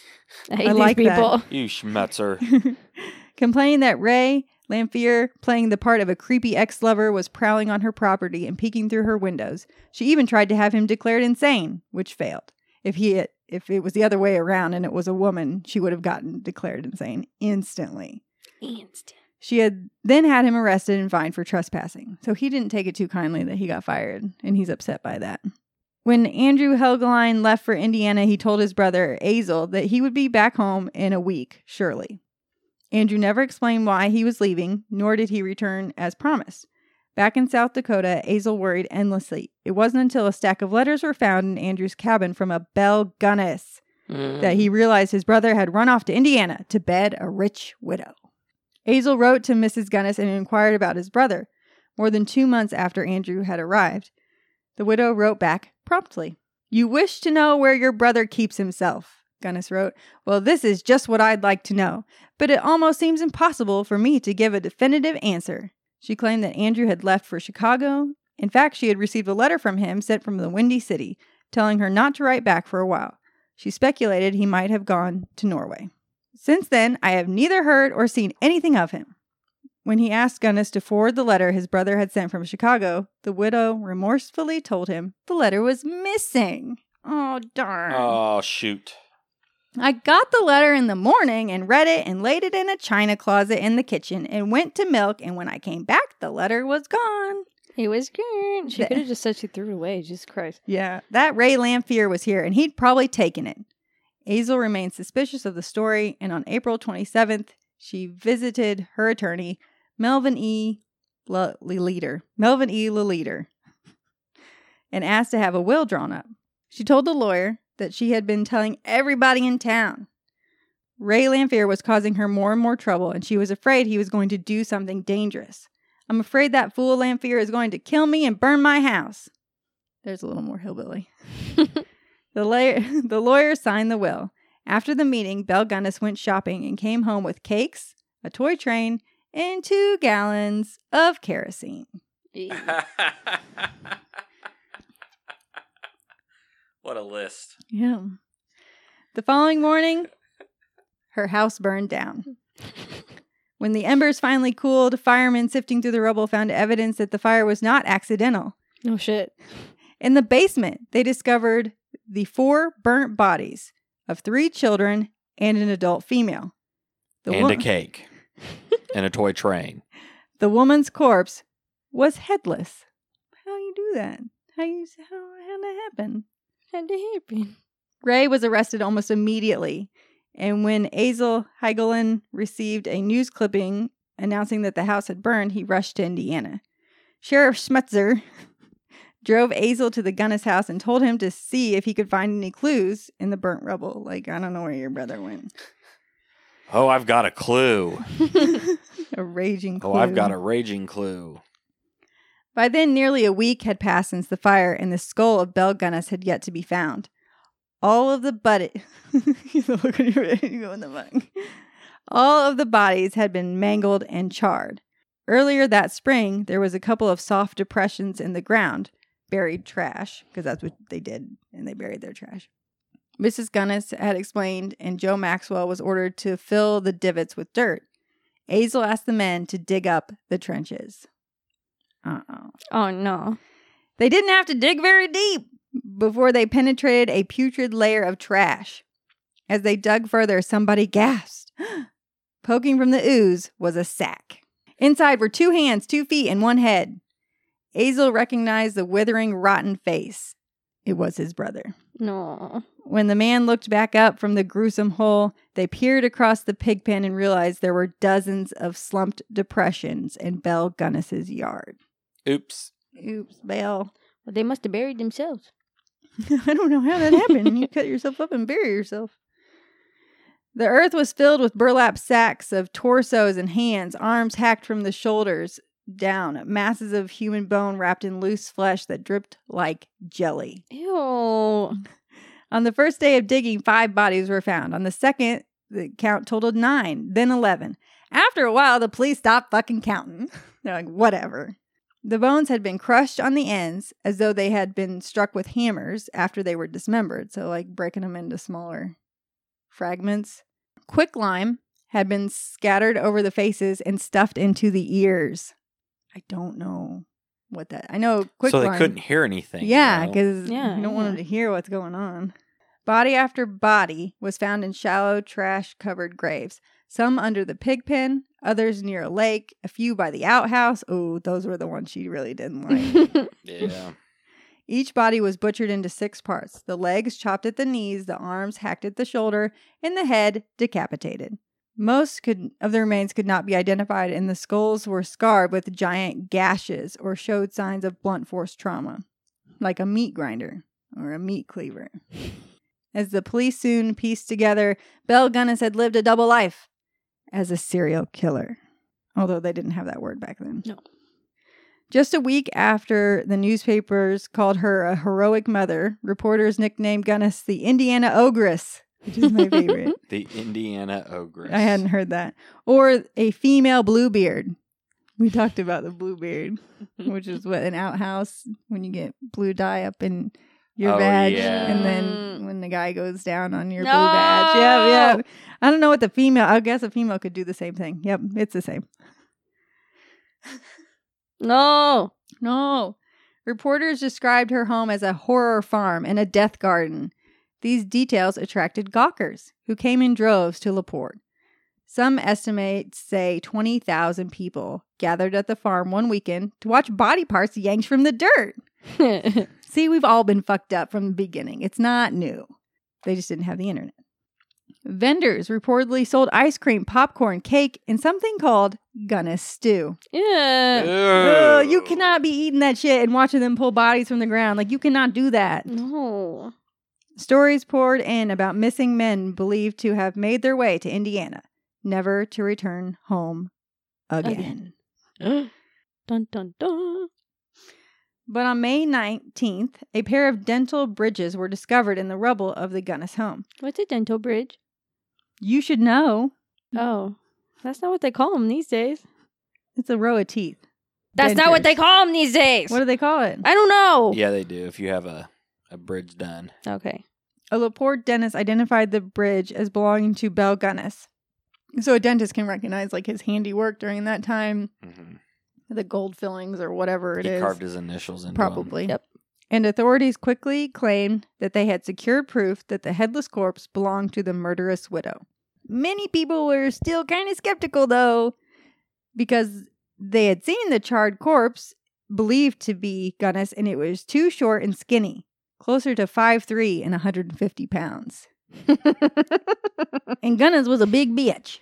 [SPEAKER 5] I
[SPEAKER 4] I
[SPEAKER 5] hate these
[SPEAKER 4] like that.
[SPEAKER 5] people.
[SPEAKER 3] You schmutzer.
[SPEAKER 4] Complaining that Ray Lamphere, playing the part of a creepy ex lover, was prowling on her property and peeking through her windows. She even tried to have him declared insane, which failed. If he had, if it was the other way around and it was a woman, she would have gotten declared insane instantly.
[SPEAKER 5] Instant.
[SPEAKER 4] She had then had him arrested and fined for trespassing. So he didn't take it too kindly that he got fired, and he's upset by that. When Andrew Helgeline left for Indiana, he told his brother, Azel, that he would be back home in a week, surely. Andrew never explained why he was leaving, nor did he return as promised. Back in South Dakota, Azel worried endlessly. It wasn't until a stack of letters were found in Andrew's cabin from a Bell Gunness that he realized his brother had run off to Indiana to bed a rich widow. Azel wrote to Mrs. Gunnis and inquired about his brother more than two months after Andrew had arrived. The widow wrote back promptly. You wish to know where your brother keeps himself, Gunnis wrote. Well, this is just what I'd like to know, but it almost seems impossible for me to give a definitive answer. She claimed that Andrew had left for Chicago. In fact, she had received a letter from him sent from the Windy City telling her not to write back for a while. She speculated he might have gone to Norway. Since then, I have neither heard or seen anything of him. When he asked Gunnis to forward the letter his brother had sent from Chicago, the widow remorsefully told him the letter was missing. Oh, darn.
[SPEAKER 3] Oh shoot.
[SPEAKER 4] I got the letter in the morning and read it and laid it in a china closet in the kitchen and went to milk. And when I came back, the letter was gone.
[SPEAKER 5] It was good. She
[SPEAKER 4] The-
[SPEAKER 5] could have just said she threw it away. Jesus Christ.
[SPEAKER 4] Yeah. That Ray Lamphere was here and he'd probably taken it. Hazel remained suspicious of the story. And on April 27th, she visited her attorney, Melvin E. Le- Leader, Melvin E. Leader, and asked to have a will drawn up. She told the lawyer that she had been telling everybody in town. Ray Lamphere was causing her more and more trouble, and she was afraid he was going to do something dangerous. I'm afraid that fool Lamphere is going to kill me and burn my house. There's a little more hillbilly. the, la- the lawyer signed the will. After the meeting, Belle Gunnis went shopping and came home with cakes, a toy train, and two gallons of kerosene.
[SPEAKER 3] what a list.
[SPEAKER 4] Yeah. The following morning, her house burned down. When the embers finally cooled, firemen sifting through the rubble found evidence that the fire was not accidental.
[SPEAKER 5] No shit.
[SPEAKER 4] In the basement, they discovered the four burnt bodies of three children and an adult female. The,
[SPEAKER 3] and
[SPEAKER 4] wo-
[SPEAKER 3] a cake. and a toy train.
[SPEAKER 4] the woman's corpse was headless. How you do that? How you how how that happen?
[SPEAKER 5] Had to happen.
[SPEAKER 4] Ray was arrested almost immediately. And when Azel Heigelin received a news clipping announcing that the house had burned, he rushed to Indiana. Sheriff Schmutzer drove Azel to the Gunnis house and told him to see if he could find any clues in the burnt rubble. Like, I don't know where your brother went.
[SPEAKER 3] Oh, I've got a clue.
[SPEAKER 4] A raging clue.
[SPEAKER 3] Oh, I've got a raging clue.
[SPEAKER 4] By then, nearly a week had passed since the fire, and the skull of Bell Gunnis had yet to be found. All of the but the look on your you go in the mug. All of the bodies had been mangled and charred. Earlier that spring, there was a couple of soft depressions in the ground, buried trash, because that's what they did, and they buried their trash. Mrs. Gunnis had explained, and Joe Maxwell was ordered to fill the divots with dirt. Azel asked the men to dig up the trenches. Uh-oh.
[SPEAKER 5] Oh no.
[SPEAKER 4] They didn't have to dig very deep before they penetrated a putrid layer of trash. As they dug further, somebody gasped. Poking from the ooze was a sack. Inside were two hands, two feet, and one head. Azel recognized the withering, rotten face. It was his brother.
[SPEAKER 5] No.
[SPEAKER 4] When the man looked back up from the gruesome hole, they peered across the pig pen and realized there were dozens of slumped depressions in Belle Gunnis's yard.
[SPEAKER 3] Oops.
[SPEAKER 4] Oops, Belle.
[SPEAKER 5] Well, they must have buried themselves.
[SPEAKER 4] I don't know how that happened. you cut yourself up and bury yourself. The earth was filled with burlap sacks of torsos and hands, arms hacked from the shoulders down, masses of human bone wrapped in loose flesh that dripped like jelly.
[SPEAKER 5] Ew.
[SPEAKER 4] On the first day of digging, five bodies were found. On the second, the count totaled nine, then 11. After a while, the police stopped fucking counting. They're like, whatever. The bones had been crushed on the ends as though they had been struck with hammers after they were dismembered, so like breaking them into smaller fragments. Quicklime had been scattered over the faces and stuffed into the ears. I don't know what that. I know quicklime.
[SPEAKER 3] so they couldn't hear anything.
[SPEAKER 4] Yeah,
[SPEAKER 3] you know?
[SPEAKER 4] because
[SPEAKER 5] Yeah,
[SPEAKER 4] you don't want
[SPEAKER 5] yeah.
[SPEAKER 4] them to hear what's going on. Body after body was found in shallow, trash covered graves, some under the pig pen, others near a lake, a few by the outhouse. Oh, those were the ones she really didn't like.
[SPEAKER 3] yeah.
[SPEAKER 4] Each body was butchered into six parts the legs chopped at the knees, the arms hacked at the shoulder, and the head decapitated. Most could, of the remains could not be identified, and the skulls were scarred with giant gashes or showed signs of blunt force trauma, like a meat grinder or a meat cleaver. As the police soon pieced together, Belle Gunnis had lived a double life as a serial killer, although they didn't have that word back then.
[SPEAKER 5] No.
[SPEAKER 4] Just a week after the newspapers called her a heroic mother, reporters nicknamed Gunnis the Indiana Ogress, which is my favorite.
[SPEAKER 3] The Indiana Ogress.
[SPEAKER 4] I hadn't heard that. Or a female bluebeard. We talked about the bluebeard, which is what an outhouse when you get blue dye up in your
[SPEAKER 3] Oh,
[SPEAKER 4] badge,
[SPEAKER 3] yeah.
[SPEAKER 4] and then when the guy goes down on your
[SPEAKER 5] No!
[SPEAKER 4] blue badge. Yeah, yeah. I don't know what the female. I guess a female could do the same thing. Yep, it's the same.
[SPEAKER 5] No.
[SPEAKER 4] No. Reporters described her home as a horror farm and a death garden. These details attracted gawkers who came in droves to LaPorte. Some estimates say 20,000 people gathered at the farm one weekend to watch body parts yanked from the dirt. See, we've all been fucked up from the beginning. It's not new. They just didn't have the internet. Vendors reportedly sold ice cream, popcorn, cake, and something called Gunna Stew.
[SPEAKER 5] yeah.
[SPEAKER 4] Ugh, you cannot be eating that shit and watching them pull bodies from the ground. Like, you cannot do that.
[SPEAKER 5] No.
[SPEAKER 4] Stories poured in about missing men believed to have made their way to Indiana, never to return home again.
[SPEAKER 5] Again. dun dun dun.
[SPEAKER 4] But on May 19th, a pair of dental bridges were discovered in the rubble of the Gunnis home.
[SPEAKER 5] What's a dental bridge?
[SPEAKER 4] You should know
[SPEAKER 5] Oh, that's not what they call them these days.
[SPEAKER 4] it's a row of teeth.
[SPEAKER 5] That's not what
[SPEAKER 4] Dentures.
[SPEAKER 5] they call them these days.
[SPEAKER 4] What do they call it?
[SPEAKER 5] I don't
[SPEAKER 4] Oh.
[SPEAKER 5] know.
[SPEAKER 3] Yeah, they do. If you have a, a bridge done,
[SPEAKER 5] Okay.
[SPEAKER 4] A Laporte dentist identified the bridge as belonging to Bell Gunnis. So a dentist can recognize like his handiwork during that time, the gold fillings or whatever it
[SPEAKER 3] he
[SPEAKER 4] is.
[SPEAKER 3] carved his initials into 'em.
[SPEAKER 4] Probably.
[SPEAKER 5] Yep.
[SPEAKER 4] And authorities quickly claimed that they had secured proof that the headless corpse belonged to the murderous widow. Many people were still kind of skeptical, though, because they had seen the charred corpse believed to be Gunnis, and it was too short and skinny, closer to 5'3 and 150 pounds. and Gunnis was a big bitch.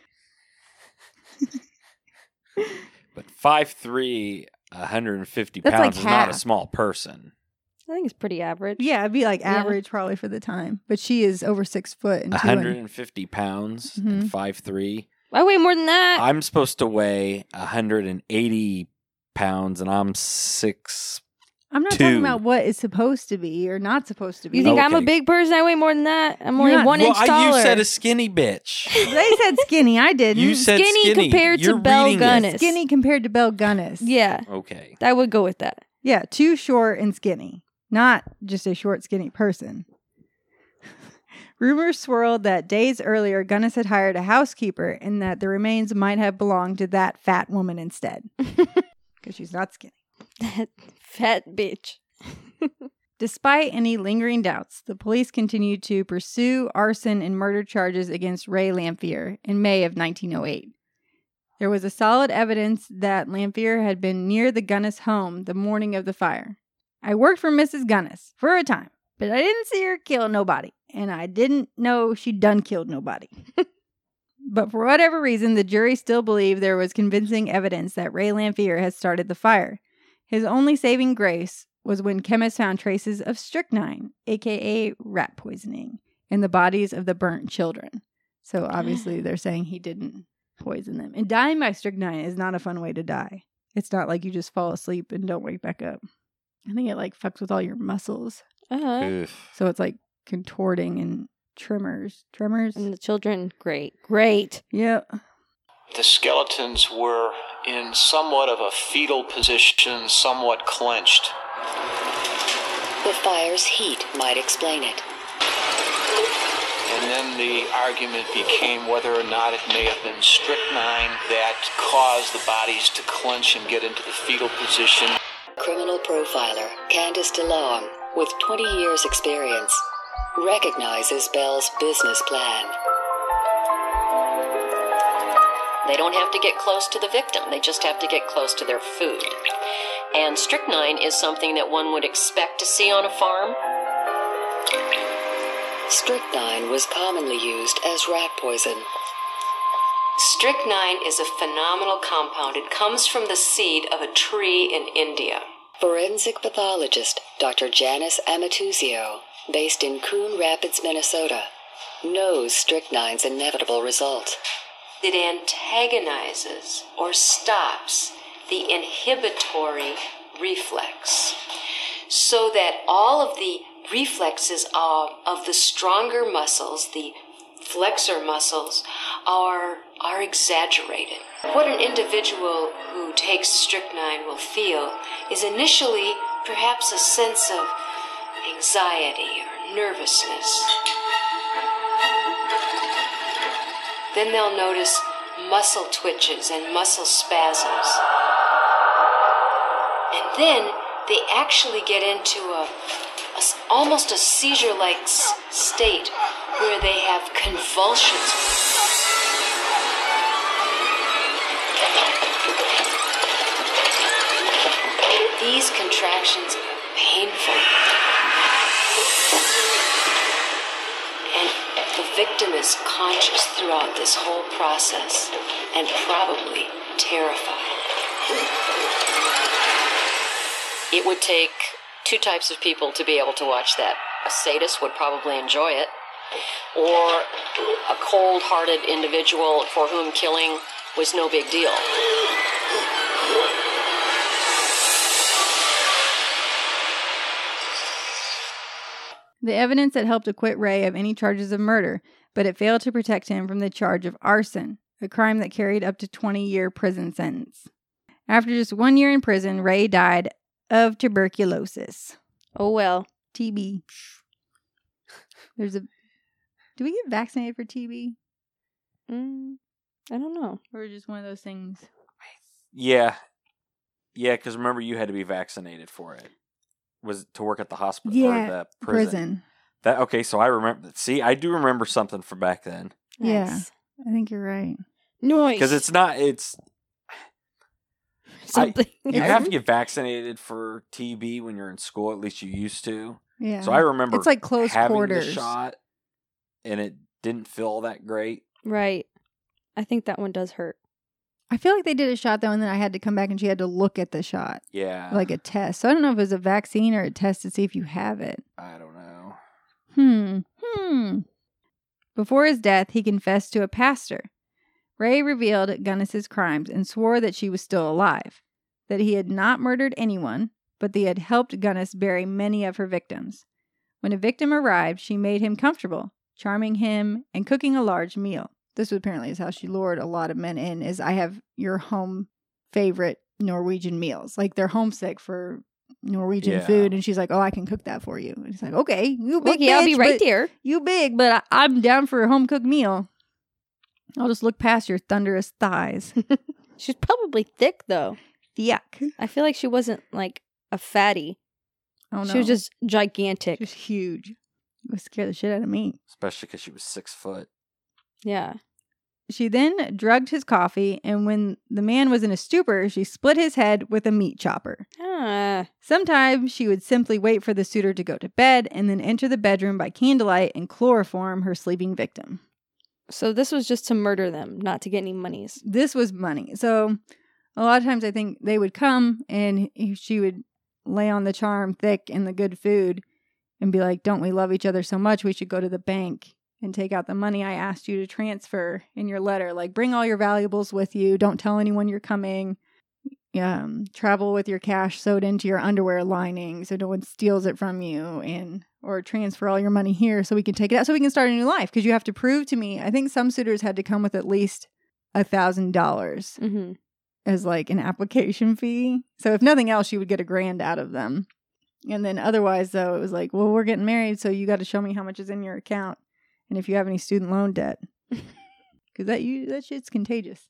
[SPEAKER 3] But 5'3", 150
[SPEAKER 4] That's
[SPEAKER 3] pounds
[SPEAKER 4] like
[SPEAKER 3] is not a
[SPEAKER 4] half.
[SPEAKER 3] small person.
[SPEAKER 5] I think it's pretty average.
[SPEAKER 4] Yeah, it'd be like
[SPEAKER 5] Yeah.
[SPEAKER 4] average probably for the time, but she is over six foot and 200.
[SPEAKER 3] 150 pounds
[SPEAKER 4] Mm-hmm.
[SPEAKER 3] and 5'3".
[SPEAKER 5] I weigh more than
[SPEAKER 4] Uh,
[SPEAKER 5] that.
[SPEAKER 3] I'm supposed to weigh 180 pounds, and I'm six.
[SPEAKER 4] I'm not
[SPEAKER 3] Two.
[SPEAKER 4] talking about what is supposed to be or not supposed to be.
[SPEAKER 5] you think I'm a
[SPEAKER 3] Okay.
[SPEAKER 5] big person? I weigh more than that. I'm only
[SPEAKER 4] You're not-
[SPEAKER 5] one
[SPEAKER 3] well,
[SPEAKER 5] inch
[SPEAKER 3] I,
[SPEAKER 5] taller.
[SPEAKER 3] you said a skinny bitch.
[SPEAKER 4] they said skinny. I didn't.
[SPEAKER 3] You said
[SPEAKER 5] Skinny
[SPEAKER 3] skinny,
[SPEAKER 5] compared to
[SPEAKER 3] You're
[SPEAKER 5] Belle
[SPEAKER 3] reading Oh, it.
[SPEAKER 5] Gunnis.
[SPEAKER 4] skinny compared to Belle Gunnis.
[SPEAKER 5] yeah,
[SPEAKER 3] Okay.
[SPEAKER 5] I would go with that.
[SPEAKER 4] Yeah, too short and skinny, not just a short, skinny person. Rumors swirled that days earlier, Gunnis had hired a housekeeper and that the remains might have belonged to that fat woman instead. Because she's not skinny.
[SPEAKER 5] That fat bitch.
[SPEAKER 4] Despite any lingering doubts, the police continued to pursue arson and murder charges against Ray Lamphere in May of 1908. There was a solid evidence that Lamphere had been near the Gunnis home the morning of the fire. I worked for Mrs. Gunnis for a time, but I didn't see her kill nobody, and I didn't know she done killed nobody. but for whatever reason, the jury still believed there was convincing evidence that Ray Lamphere had started the fire. His only saving grace was when chemists found traces of strychnine, aka rat poisoning, in the bodies of the burnt children. So obviously they're saying he didn't poison them. And dying by strychnine is not a fun way to die. It's not like you just fall asleep and don't wake back up. I think it like fucks with all your muscles.
[SPEAKER 5] Uh-huh.
[SPEAKER 3] Oof.
[SPEAKER 4] So it's like contorting and tremors. Tremors?
[SPEAKER 5] And the children, great, great.
[SPEAKER 4] Yeah.
[SPEAKER 6] The skeletons were in somewhat of a fetal position, somewhat clenched.
[SPEAKER 2] The fire's heat might explain it.
[SPEAKER 6] And then the argument became whether or not it may have been strychnine that caused the bodies to clench and get into the fetal position.
[SPEAKER 2] Criminal profiler Candice DeLong, with 20 years' experience, recognizes Bell's business plan. They don't have to get close to the victim, they just have to get close to their food. And strychnine is something that one would expect to see on a farm. Strychnine was commonly used as rat poison. Strychnine is a phenomenal compound. It comes from the seed of a tree in India. Forensic pathologist Dr. Janice Amatuzio, based in Coon Rapids, Minnesota, knows strychnine's inevitable result. It antagonizes or stops the inhibitory reflex so that all of the reflexes of, of the stronger muscles, the flexor muscles, are, are exaggerated. What an individual who takes strychnine will feel is initially perhaps a sense of anxiety or nervousness. Then they'll notice muscle twitches and muscle spasms. And then they actually get into a, s- almost a seizure like s- state where they have convulsions. These contractions are painful. And the victim is conscious throughout this whole process and probably terrified. It would take two types of people to be able to watch that. A sadist would probably enjoy it, or a cold hearted individual for whom killing was no big deal.
[SPEAKER 4] The evidence that helped acquit Ray of any charges of murder, but it failed to protect him from the charge of arson, a crime that carried up to 20 year prison sentence. After just one year in prison, Ray died of tuberculosis.
[SPEAKER 5] Oh well.
[SPEAKER 4] TB. There's a. Do we get vaccinated for TB?
[SPEAKER 5] Mm, I don't know.
[SPEAKER 4] Or just one of those things?
[SPEAKER 3] Yeah, yeah. Because remember, you had to be vaccinated for it. Was it to work at the hospital or
[SPEAKER 4] Yeah,
[SPEAKER 3] the prison. That okay? So I remember. See, I do remember something from back then
[SPEAKER 4] Yeah. I think you're right.
[SPEAKER 5] Noise.
[SPEAKER 3] because it's not. It's
[SPEAKER 5] something.
[SPEAKER 3] you have to get vaccinated for TB when you're in school. At least you used to.
[SPEAKER 4] Yeah.
[SPEAKER 3] So I remember
[SPEAKER 4] it's like close
[SPEAKER 3] having
[SPEAKER 4] quarters.
[SPEAKER 3] the shot, and it didn't feel that great.
[SPEAKER 5] right. I think that one does hurt.
[SPEAKER 4] I feel like they did a shot though, and then I had to come back and she had to look at the shot
[SPEAKER 3] Yeah,
[SPEAKER 4] like a test. So I don't know if it was a vaccine or a test to see if you have it.
[SPEAKER 3] I don't know.
[SPEAKER 4] Hmm. Hmm. Before his death, he confessed to a pastor. Ray revealed Gunnis's crimes and swore that she was still alive, that he had not murdered anyone, but that he had helped Gunnis bury many of her victims. When a victim arrived, she made him comfortable, charming him and cooking a large meal. This apparently is how she lured a lot of men in is I have your home favorite Norwegian meals. Like they're homesick for Norwegian
[SPEAKER 3] Yeah.
[SPEAKER 4] food and she's like, "Oh, I can cook that for you." And he's like, "Okay, you big
[SPEAKER 5] Look, yeah, I'll be
[SPEAKER 4] bitch,
[SPEAKER 5] right
[SPEAKER 4] but-
[SPEAKER 5] there.
[SPEAKER 4] you big, but I, I'm down for a home cooked meal. I'll just look past your thunderous thighs.
[SPEAKER 5] She's probably thick though.
[SPEAKER 4] Yuck.
[SPEAKER 5] I feel like she wasn't like a fatty.
[SPEAKER 4] Oh no.
[SPEAKER 5] She was just gigantic.
[SPEAKER 4] She was huge. It would scare the shit out of me.
[SPEAKER 3] Especially because she was six foot.
[SPEAKER 5] yeah.
[SPEAKER 4] She then drugged his coffee, and when the man was in a stupor, she split his head with a meat chopper.
[SPEAKER 5] Ah.
[SPEAKER 4] Sometimes she would simply wait for the suitor to go to bed and then enter the bedroom by candlelight and chloroform her sleeping victim.
[SPEAKER 5] So this was just to murder them, not to get any monies.
[SPEAKER 4] this was money. So a lot of times I think they would come and he- she would lay on the charm thick and the good food and be like, Don't we love each other so much? We should go to the bank and take out the money I asked you to transfer in your letter. Like, bring all your valuables with you. Don't tell anyone you're coming. Um, travel with your cash sewed into your underwear lining so no one steals it from you and or transfer all your money here so we can take it out so we can start a new life because you have to prove to me i think some suitors had to come with at least a thousand dollars
[SPEAKER 5] Mm-hmm.
[SPEAKER 4] as like an application fee. So if nothing else, you would get a grand out of them. And then otherwise, though, it was like, well, we're getting married, so you got to show me how much is in your account, and if you have any student loan debt, because that you that shit's contagious.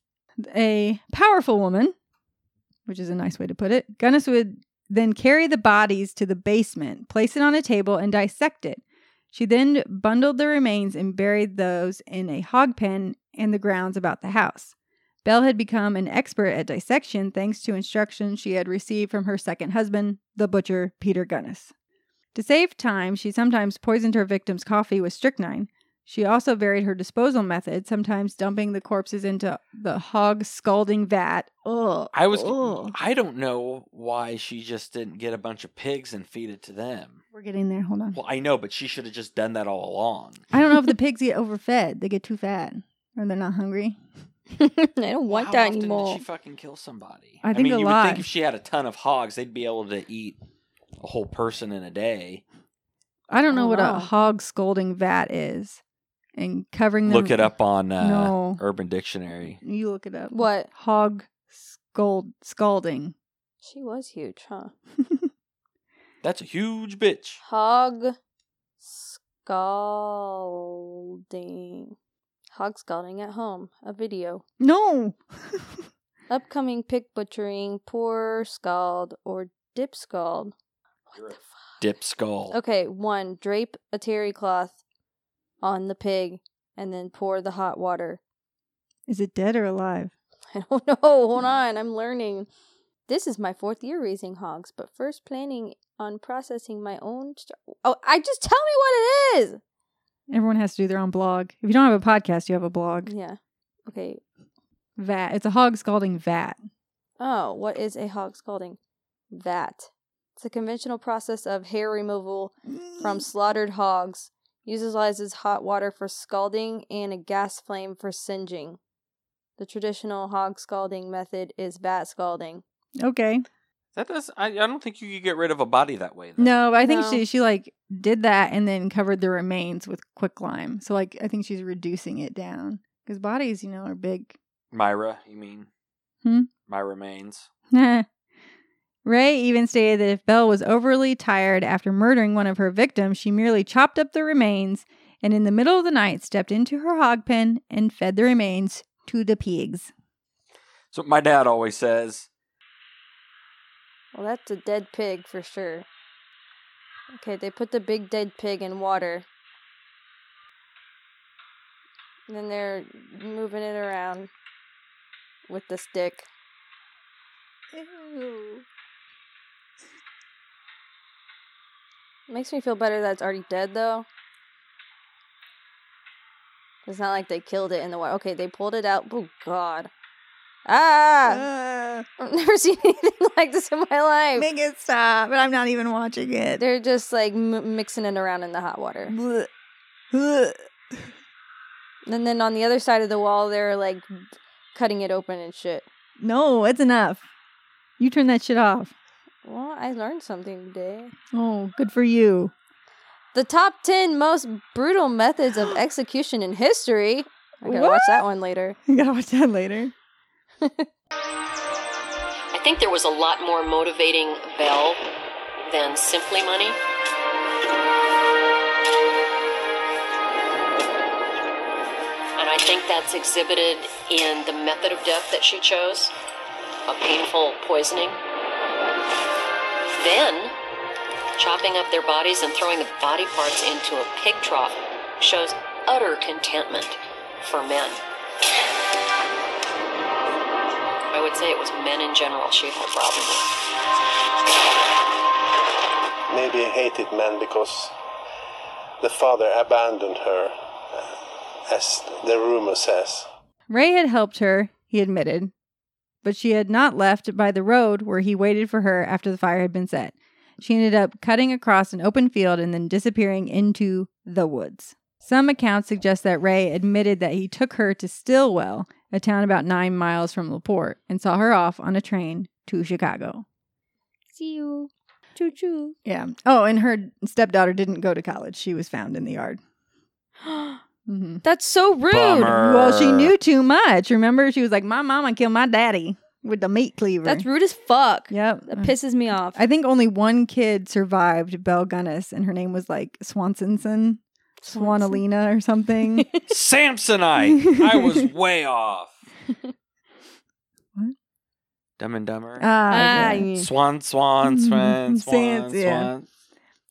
[SPEAKER 4] A powerful woman, which is a nice way to put it, Gunnis would then carry the bodies to the basement, place it on a table, and dissect it. She then bundled the remains and buried those in a hog pen in the grounds about the house. Bell had become an expert at dissection thanks to instructions she had received from her second husband, the butcher Peter Gunnis. To save time, she sometimes poisoned her victims' coffee with strychnine. She also varied her disposal method, sometimes dumping the corpses into the hog scalding vat. Ugh.
[SPEAKER 3] I was.
[SPEAKER 4] Ugh.
[SPEAKER 3] I don't know why she just didn't get a bunch of pigs and feed it to them.
[SPEAKER 4] We're getting there. Hold on.
[SPEAKER 3] Well, I know, but she should have just done that all along.
[SPEAKER 4] I don't know if the pigs get overfed. They get too fat or they're not hungry.
[SPEAKER 5] I don't want
[SPEAKER 3] How
[SPEAKER 5] that
[SPEAKER 3] often
[SPEAKER 5] anymore.
[SPEAKER 3] Did she fucking kill somebody?
[SPEAKER 4] I think
[SPEAKER 3] mean,
[SPEAKER 4] a
[SPEAKER 3] you would
[SPEAKER 4] lot.
[SPEAKER 3] think if she had a ton of hogs, they'd be able to eat a whole person in a day.
[SPEAKER 4] I don't know
[SPEAKER 5] Oh,
[SPEAKER 4] what
[SPEAKER 5] wow.
[SPEAKER 4] a hog scalding vat is. And covering them.
[SPEAKER 3] Look it up on uh,
[SPEAKER 4] No.
[SPEAKER 3] Urban Dictionary.
[SPEAKER 4] You look it up.
[SPEAKER 5] What?
[SPEAKER 4] Hog scald scalding.
[SPEAKER 5] She was huge, huh?
[SPEAKER 3] That's a huge bitch.
[SPEAKER 5] Hog scalding. Hog scalding at home. A video.
[SPEAKER 4] No.
[SPEAKER 5] Upcoming pig butchering, poor scald, or dip scald.
[SPEAKER 3] You're a dip skull.
[SPEAKER 5] Okay, one, drape a terry cloth on the pig and then pour the hot water.
[SPEAKER 4] Is it dead or alive?
[SPEAKER 5] I don't know. Hold on, I'm learning. This is my fourth year raising hogs, but first planning on processing my own. St- oh, I just tell me what it is.
[SPEAKER 4] Everyone has to do their own blog. If you don't have a podcast, you have a blog.
[SPEAKER 5] Yeah. Okay.
[SPEAKER 4] Vat. It's a hog scalding vat.
[SPEAKER 5] Oh, what is a hog scalding? Vat. It's a conventional process of hair removal from slaughtered hogs. Utilizes hot water for scalding and a gas flame for singeing. The traditional hog scalding method is vat scalding.
[SPEAKER 4] Okay.
[SPEAKER 3] That does. I, I don't think you could get rid of a body that way. Though.
[SPEAKER 4] No, but I think
[SPEAKER 5] No.
[SPEAKER 4] she she like did that and then covered the remains with quicklime. So like I think she's reducing it down because bodies, you know, are big.
[SPEAKER 3] Myra, you mean?
[SPEAKER 4] Hmm?
[SPEAKER 3] My remains.
[SPEAKER 4] Ray even stated that if Belle was overly tired after murdering one of her victims, she merely chopped up the remains and in the middle of the night stepped into her hog pen and fed the remains to the pigs.
[SPEAKER 3] So my dad always says,
[SPEAKER 5] Well, that's a dead pig for sure. Okay, they put the big dead pig in water. And then they're moving it around with the stick. Makes me feel better that it's already dead though. It's not like they killed it in the water. Okay, they pulled it out. Oh god. Ah! I've never seen anything like this in my life.
[SPEAKER 4] Make it stop, but I'm not even watching it.
[SPEAKER 5] They're just like m- mixing it around in the hot water. And then on the other side of the wall, they're like cutting it open and shit.
[SPEAKER 4] No, it's enough. You turn that shit off.
[SPEAKER 5] Well, I learned something today.
[SPEAKER 4] Oh, good for you.
[SPEAKER 5] The top 10 most brutal methods of execution in history. I gotta watch that one later.
[SPEAKER 4] You gotta watch that later.
[SPEAKER 2] I think there was a lot more motivating Bell than simply money. And I think that's exhibited in the method of death that she chose a painful poisoning. Then, chopping up their bodies and throwing the body parts into a pig trough shows utter contentment for men. I would say it was men in general she had a problem with.
[SPEAKER 7] Maybe hated men because the father abandoned her, as the rumor says.
[SPEAKER 4] Ray had helped her, he admitted, but she had not left by the road where he waited for her after the fire had been set. She ended up cutting across an open field and then disappearing into the woods. Some accounts suggest that Ray admitted that he took her to Stillwell, a town about nine miles from LaPorte, and saw her off on a train to Chicago.
[SPEAKER 5] See you. Choo choo.
[SPEAKER 4] Yeah. Oh, and her stepdaughter didn't go to college. She was found in the yard. Mm-hmm.
[SPEAKER 5] That's so rude.
[SPEAKER 3] Bummer.
[SPEAKER 4] Well, she knew too much. Remember, she was like, "My mama killed my daddy with the meat cleaver."
[SPEAKER 5] That's rude as fuck.
[SPEAKER 4] Yep.
[SPEAKER 5] That pisses me off.
[SPEAKER 4] I think only one kid survived Belle Gunnis, and her name was like Swansonson, Swanalina, or something.
[SPEAKER 3] Samsonite. I was way off.
[SPEAKER 4] What?
[SPEAKER 3] Dumb and Dumber.
[SPEAKER 4] ah,
[SPEAKER 5] Ah,
[SPEAKER 4] yeah.
[SPEAKER 5] yeah.
[SPEAKER 3] swan, swan, swan, swan,
[SPEAKER 4] Mhm. Sans- yeah.
[SPEAKER 3] swan.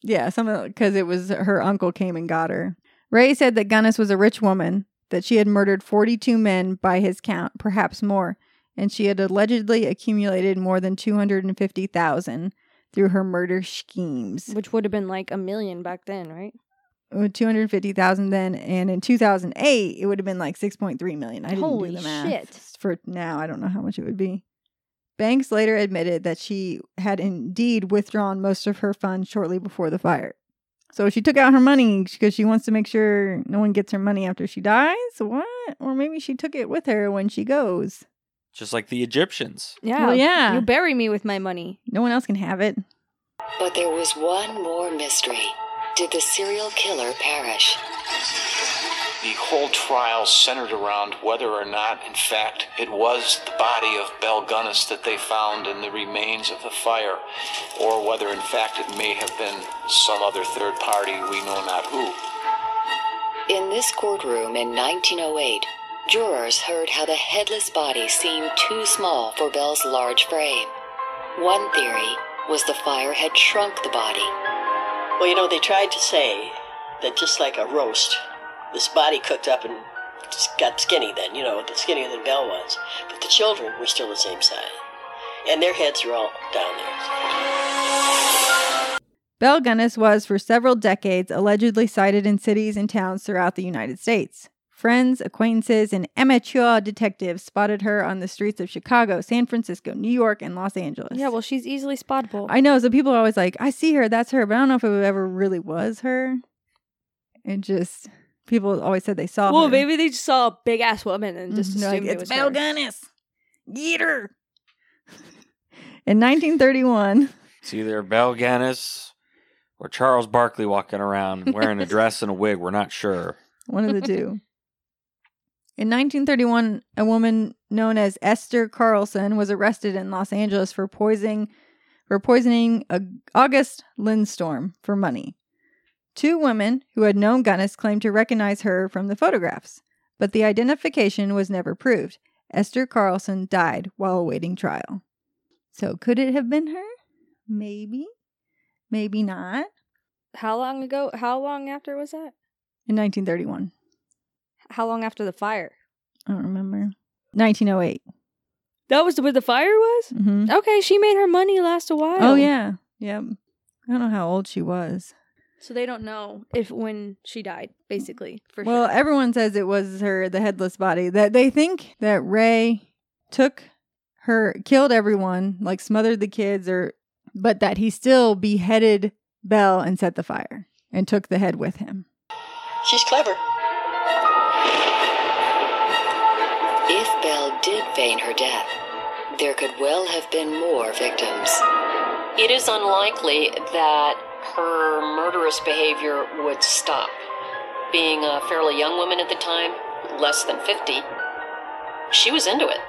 [SPEAKER 4] yeah, something because it was her uncle came and got her. Ray said that Gunnis was a rich woman that she had murdered forty-two men by his count, perhaps more, and she had allegedly accumulated more than two hundred and fifty thousand through her murder schemes.
[SPEAKER 5] Which would have been like a million back then, right?
[SPEAKER 4] with 250,000 then and in 2008 it would have been like 6.3 million. I didn't
[SPEAKER 5] Holy
[SPEAKER 4] do the math.
[SPEAKER 5] shit.
[SPEAKER 4] For now, I don't know how much it would be. Banks later admitted that she had indeed withdrawn most of her funds shortly before the fire. So she took out her money because she wants to make sure no one gets her money after she dies. What? Or maybe she took it with her when she goes.
[SPEAKER 3] Just like the Egyptians.
[SPEAKER 5] Yeah.
[SPEAKER 4] Well, yeah.
[SPEAKER 5] You bury me with my money.
[SPEAKER 4] No one else can have it.
[SPEAKER 2] But there was one more mystery. Did the serial killer perish?
[SPEAKER 6] The whole trial centered around whether or not, in fact, it was the body of Bel Gunnis that they found in the remains of the fire, or whether, in fact, it may have been some other third party, we know not who.
[SPEAKER 2] In this courtroom in 1908, jurors heard how the headless body seemed too small for Bell's large frame. One theory was the fire had shrunk the body.
[SPEAKER 8] Well, you know, they tried to say that just like a roast, this body cooked up and just got skinny then, you know, skinnier than Bell was. But the children were still the same size. And their heads were all down there.
[SPEAKER 4] Bell Gunnis was for several decades allegedly sighted in cities and towns throughout the United States. Friends, acquaintances, and amateur detectives spotted her on the streets of Chicago, San Francisco, New York, and Los Angeles.
[SPEAKER 5] Yeah, well, she's easily spottable.
[SPEAKER 4] I know. So people are always like, I see her, that's her, but I don't know if it ever really was her. It just, people always said they saw
[SPEAKER 5] well,
[SPEAKER 4] her.
[SPEAKER 5] maybe they just saw a big ass woman and just
[SPEAKER 4] Mhm, they're
[SPEAKER 5] assumed
[SPEAKER 4] Oh, like,
[SPEAKER 5] it was
[SPEAKER 4] it's
[SPEAKER 5] her.
[SPEAKER 4] Belle Gunnis. Get her. In 1931,
[SPEAKER 3] It's either Belle Gannis or Charles Barkley walking around wearing a dress and a wig. We're not sure.
[SPEAKER 4] One of the two. In 1931, a woman known as Esther Carlson was arrested in Los Angeles for poisoning for poisoning a, August Lindstorm for money. Two women who had known Gunnis claimed to recognize her from the photographs, but the identification was never proved. Esther Carlson died while awaiting trial. So could it have been her? Maybe. Maybe not.
[SPEAKER 5] How long ago? How long after was that?
[SPEAKER 4] In 1931.
[SPEAKER 5] How long after the fire?
[SPEAKER 4] I don't remember. 1908.
[SPEAKER 5] That was where the fire was?
[SPEAKER 4] hmm
[SPEAKER 5] Okay, she made her money last a while.
[SPEAKER 4] Oh yeah, yep. I don't know how old she was.
[SPEAKER 5] So they don't know if when she died, basically. For
[SPEAKER 4] well,
[SPEAKER 5] sure.
[SPEAKER 4] everyone says it was her, the headless body. That they think that Ray took her, killed everyone, like smothered the kids, or but that he still beheaded Belle and set the fire and took the head with him.
[SPEAKER 8] She's clever.
[SPEAKER 2] If Belle did feign her death, there could well have been more victims. It is unlikely that her murderous behavior would stop. Being a fairly young woman at the time, less than 50, she was into it.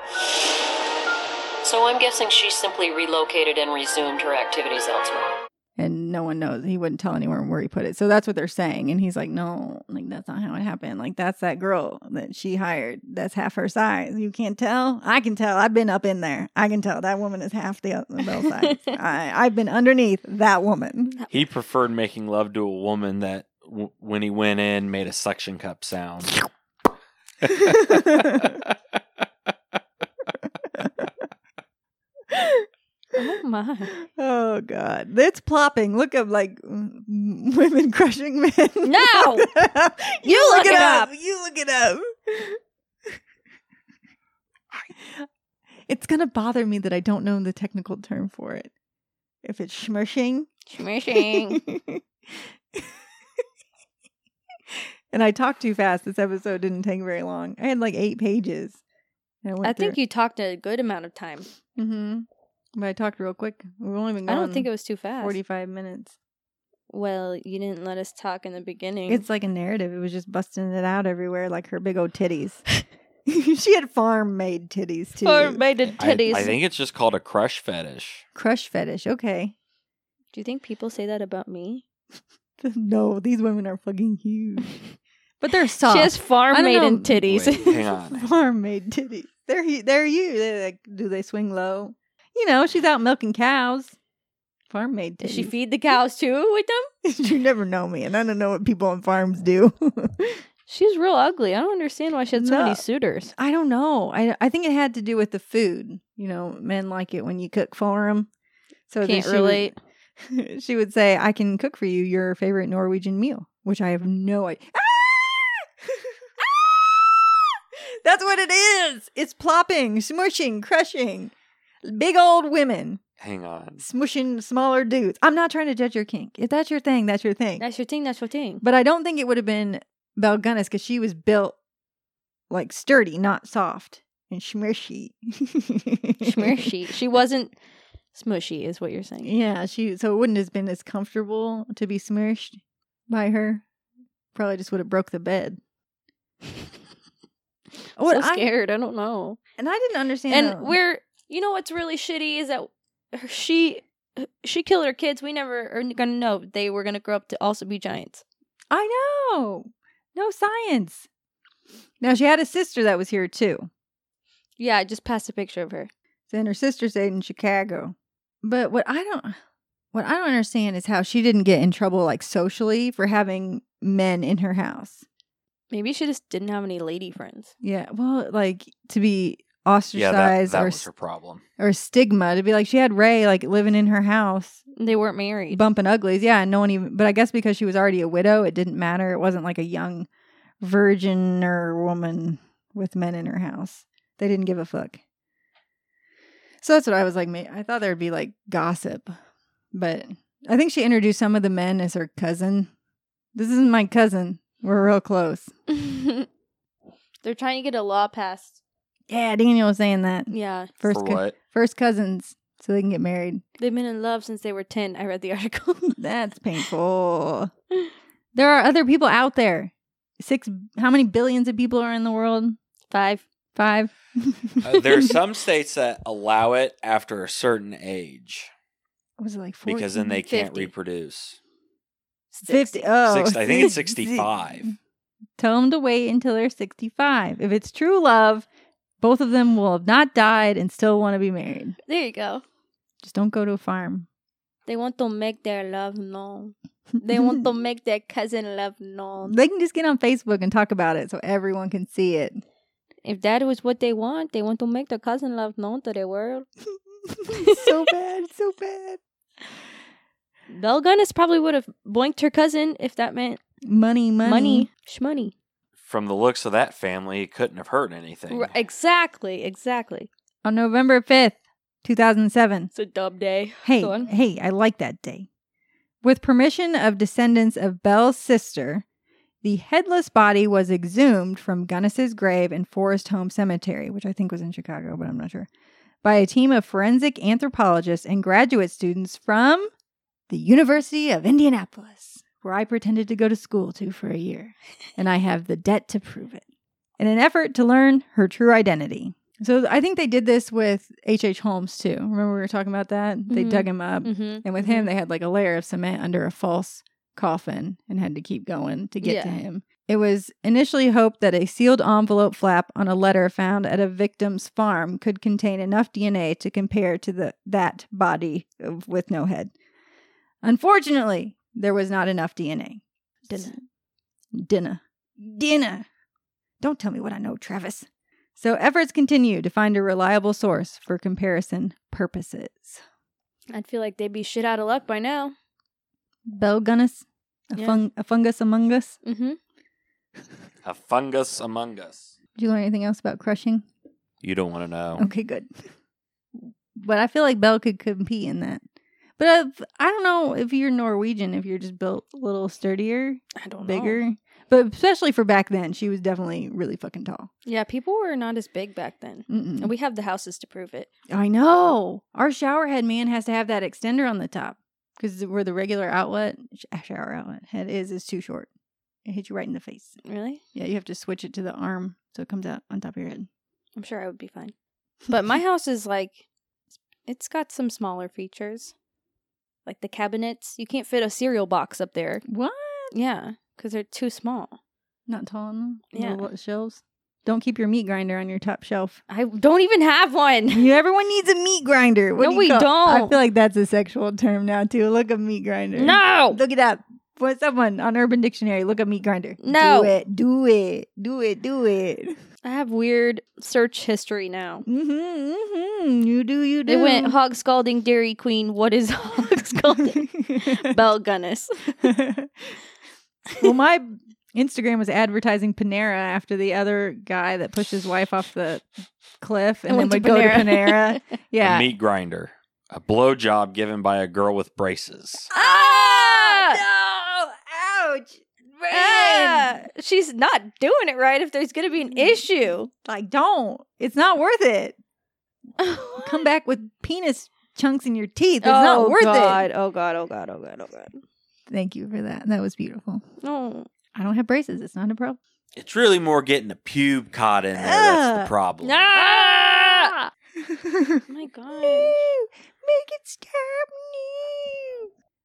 [SPEAKER 2] So I'm guessing she simply relocated and resumed her activities elsewhere.
[SPEAKER 4] And no one knows. He wouldn't tell anyone where he put it. So that's what they're saying. And he's like, no, like that's not how it happened. Like that's that girl that she hired. That's half her size. You can't tell. I can tell. I've been up in there. I can tell that woman is half the the bell size. I, I've been underneath that woman.
[SPEAKER 3] He preferred making love to a woman that, w- when he went in, made a suction cup sound.
[SPEAKER 5] oh my.
[SPEAKER 4] Oh God, it's plopping. Look up like mm, women crushing men.
[SPEAKER 5] No! look
[SPEAKER 4] you,
[SPEAKER 5] it up.
[SPEAKER 4] You look it up. it's gonna bother me that I don't know the technical term for it. If it's smirshing,
[SPEAKER 5] Smishing.
[SPEAKER 4] and I talked too fast. This episode didn't take very long. I had like eight pages. and went
[SPEAKER 5] I think
[SPEAKER 4] through
[SPEAKER 5] you talked a good amount of time.
[SPEAKER 4] it. Mhm. But I talked real quick. We've only been.
[SPEAKER 5] I
[SPEAKER 4] Gone
[SPEAKER 5] don't think it was too fast.
[SPEAKER 4] forty-five minutes.
[SPEAKER 5] Well, you didn't let us talk in the beginning.
[SPEAKER 4] It's like a narrative. It was just busting it out everywhere, like her big old titties. she had farm made titties too.
[SPEAKER 5] or made in
[SPEAKER 3] I,
[SPEAKER 5] titties.
[SPEAKER 3] I think it's just called a crush fetish.
[SPEAKER 4] Crush fetish. Okay.
[SPEAKER 5] Do you think people say that about me?
[SPEAKER 4] No, these women are fucking huge, but they're soft.
[SPEAKER 5] She has farm
[SPEAKER 4] don't
[SPEAKER 5] maiden
[SPEAKER 4] know.
[SPEAKER 5] titties.
[SPEAKER 3] Wait, hang on.
[SPEAKER 4] farm made titties. They're hu- they're you. They're like, do they swing low? You know, she's out milking cows. Farm made titties.
[SPEAKER 5] Does she feed the cows too with them?
[SPEAKER 4] you never know me, and I don't know what people on farms do.
[SPEAKER 5] She's real ugly. I don't understand why she had so
[SPEAKER 4] No.
[SPEAKER 5] many suitors.
[SPEAKER 4] I don't know. I I think it had to do with the food. You know, men like it when you cook for them. So then
[SPEAKER 5] Can't
[SPEAKER 4] she would-
[SPEAKER 5] relate.
[SPEAKER 4] she would say, "I can cook for you your favorite Norwegian meal," which I have no idea. Ah! That's what it is. It's plopping, smushing, crushing. Big old women
[SPEAKER 3] Hang on.
[SPEAKER 4] smushing smaller dudes. I'm not trying to judge your kink. If that's your thing, that's your thing.
[SPEAKER 5] That's your thing. That's your thing.
[SPEAKER 4] But I don't think it would have been Belle Gunnis because she was built like sturdy, not soft and smushy.
[SPEAKER 5] Smushy. She wasn't smushy, is what you're saying.
[SPEAKER 4] Yeah, she so it wouldn't have been as comfortable to be smirched by her. Probably just would have broke the bed. What
[SPEAKER 5] so
[SPEAKER 4] I-
[SPEAKER 5] scared. I, don't know.
[SPEAKER 4] and I didn't understand.
[SPEAKER 5] And
[SPEAKER 4] that-
[SPEAKER 5] we're you know what's really shitty is that her- she she killed her kids. We never are gonna know they were gonna grow up to also be giants.
[SPEAKER 4] I know no science. Now she had a sister that was here too.
[SPEAKER 5] Yeah, I just passed a picture of her.
[SPEAKER 4] Then her sister stayed in Chicago. But what I don't What I don't understand is how she didn't get in trouble like socially for having men in her house.
[SPEAKER 5] Maybe she just didn't have any lady friends.
[SPEAKER 4] Yeah, well, like to be
[SPEAKER 3] yeah, that,
[SPEAKER 4] ostracized
[SPEAKER 3] that
[SPEAKER 4] or
[SPEAKER 3] was her problem.
[SPEAKER 4] or stigma to be like she had Ray like living in her house
[SPEAKER 5] They weren't married.
[SPEAKER 4] bumping uglies. Yeah, and no one even. But I guess because she was already a widow, it didn't matter. It wasn't like a young virgin or woman with men in her house. They didn't give a fuck. So that's what I was like. ma- I thought there'd be like gossip, but I think she introduced some of the men as her cousin. This isn't my cousin. We're real close.
[SPEAKER 5] They're trying to get a law passed.
[SPEAKER 4] Yeah, Daniel was saying that
[SPEAKER 5] Yeah.
[SPEAKER 4] first
[SPEAKER 3] For
[SPEAKER 4] cou-
[SPEAKER 3] what?
[SPEAKER 4] first cousins, so they can get married.
[SPEAKER 5] They've been in love since they were 10. I read the article.
[SPEAKER 4] That's painful. there are other people out there. Six, how many billions of people are in the world?
[SPEAKER 5] Five.
[SPEAKER 4] Five.
[SPEAKER 3] Uh, there are some states that allow it after a certain age
[SPEAKER 4] was it like four?
[SPEAKER 3] because then they can't
[SPEAKER 5] 50.
[SPEAKER 3] reproduce.
[SPEAKER 5] Six.
[SPEAKER 4] fifty. Oh,
[SPEAKER 3] Six- I think it's 65.
[SPEAKER 4] Tell them to wait until they're sixty-five. If it's true love, both of them will have not died and still want to be married.
[SPEAKER 5] There you go.
[SPEAKER 4] Just don't go to a farm.
[SPEAKER 5] They want to make their love known. They want to make their cousin love known.
[SPEAKER 4] They can just get on Facebook and talk about it so everyone can see it.
[SPEAKER 5] If that was what they want, they want to make their cousin love known to the world.
[SPEAKER 4] so bad, so bad.
[SPEAKER 5] Belgunis probably would have boinked her cousin if that meant
[SPEAKER 4] Money, money,
[SPEAKER 5] money. Shmoney.
[SPEAKER 3] From the looks of that family, it couldn't have hurt anything.
[SPEAKER 5] R- exactly, exactly.
[SPEAKER 4] On November fifth, two thousand seven.
[SPEAKER 5] It's a dub day.
[SPEAKER 4] Hey,
[SPEAKER 5] Go on.
[SPEAKER 4] hey, I like that day. With permission of descendants of Belle's sister, the headless body was exhumed from Gunnis's grave in Forest Home Cemetery, which I think was in Chicago, but I'm not sure, by a team of forensic anthropologists and graduate students from the University of Indianapolis, where I pretended to go to school to for a year, and I have the debt to prove it. In an effort to learn her true identity. So I think they did this with H.H. H. Holmes too. Remember we were talking about that? They
[SPEAKER 5] Mhm.
[SPEAKER 4] dug him up.
[SPEAKER 5] Mm-hmm.
[SPEAKER 4] And with him, they had like a layer of cement under a false coffin and had to keep going to get to
[SPEAKER 5] Yeah.
[SPEAKER 4] him. It was initially hoped that a sealed envelope flap on a letter found at a victim's farm could contain enough DNA to compare to the that body of, with no head. Unfortunately, there was not enough DNA.
[SPEAKER 5] Dinner.
[SPEAKER 4] Dinner. Dinner. Don't tell me what I know, Travis. So efforts continue to find a reliable source for comparison purposes.
[SPEAKER 5] I'd feel like they'd be shit out of luck by now.
[SPEAKER 4] Belgunus, a,
[SPEAKER 5] Yeah.
[SPEAKER 4] fung- a fungus among us.
[SPEAKER 5] Mm-hmm.
[SPEAKER 3] A fungus among us.
[SPEAKER 4] Did you learn anything else about crushing?
[SPEAKER 3] You don't want to know.
[SPEAKER 4] Okay, good. But I feel like Bell could compete in that. But I've, I i do not know if you're Norwegian, if you're just built a little sturdier,
[SPEAKER 5] I don't
[SPEAKER 4] bigger. But especially for back then, she was definitely really fucking tall.
[SPEAKER 5] Yeah, people were not as big back then.
[SPEAKER 4] Mm-mm.
[SPEAKER 5] And we have the houses to prove it.
[SPEAKER 4] I know. Our showerhead man has to have that extender on the top because where the regular outlet, sh- shower outlet head is, is too short. It hits you right in the face.
[SPEAKER 5] Really?
[SPEAKER 4] Yeah, you have to switch it to the arm so it comes out on top of your head.
[SPEAKER 5] I'm sure I would be fine. But my house is like, it's got some smaller features. Like the cabinets. You can't fit a cereal box up there.
[SPEAKER 4] What?
[SPEAKER 5] Yeah, because they're too small.
[SPEAKER 4] Not tall enough?
[SPEAKER 5] Yeah.
[SPEAKER 4] Little shelves? Don't keep your meat grinder on your top shelf.
[SPEAKER 5] I don't even have one.
[SPEAKER 4] You, everyone needs a meat grinder. What
[SPEAKER 5] No,
[SPEAKER 4] do you
[SPEAKER 5] we
[SPEAKER 4] call- I
[SPEAKER 5] don't.
[SPEAKER 4] feel like that's a sexual term now, too. Look up meat grinder.
[SPEAKER 5] No!
[SPEAKER 4] Look it up. Put someone on Urban Dictionary. Look up meat grinder.
[SPEAKER 5] No.
[SPEAKER 4] Do it. Do it. Do it. Do it.
[SPEAKER 5] I have weird search history now.
[SPEAKER 4] Mm-hmm. Mm-hmm. You do. You do.
[SPEAKER 5] They went hog scalding Dairy Queen. What is hog scalding? Bell Gunness.
[SPEAKER 4] well, my Instagram was advertising Panera after the other guy that pushed his wife off the cliff and, then would go to Panera.
[SPEAKER 3] A
[SPEAKER 4] Yeah.
[SPEAKER 3] meat grinder. A blowjob given by a girl with braces.
[SPEAKER 5] Ah!
[SPEAKER 4] No! Ouch!
[SPEAKER 5] Ah! she's not doing it right if there's going to be an issue.
[SPEAKER 4] Mm. Like, don't. It's not worth it. Come back with penis chunks in your teeth. It's not worth
[SPEAKER 5] God.
[SPEAKER 4] it.
[SPEAKER 5] Oh, God. Oh, God. Oh, God. Oh, God.
[SPEAKER 4] Thank you for that. That was beautiful.
[SPEAKER 5] No.
[SPEAKER 4] I don't have braces. It's not a problem.
[SPEAKER 3] It's really more getting a pube caught in there that's the
[SPEAKER 4] Ugh.
[SPEAKER 3] problem.
[SPEAKER 5] Ah!
[SPEAKER 4] Make
[SPEAKER 5] my God.
[SPEAKER 4] it stop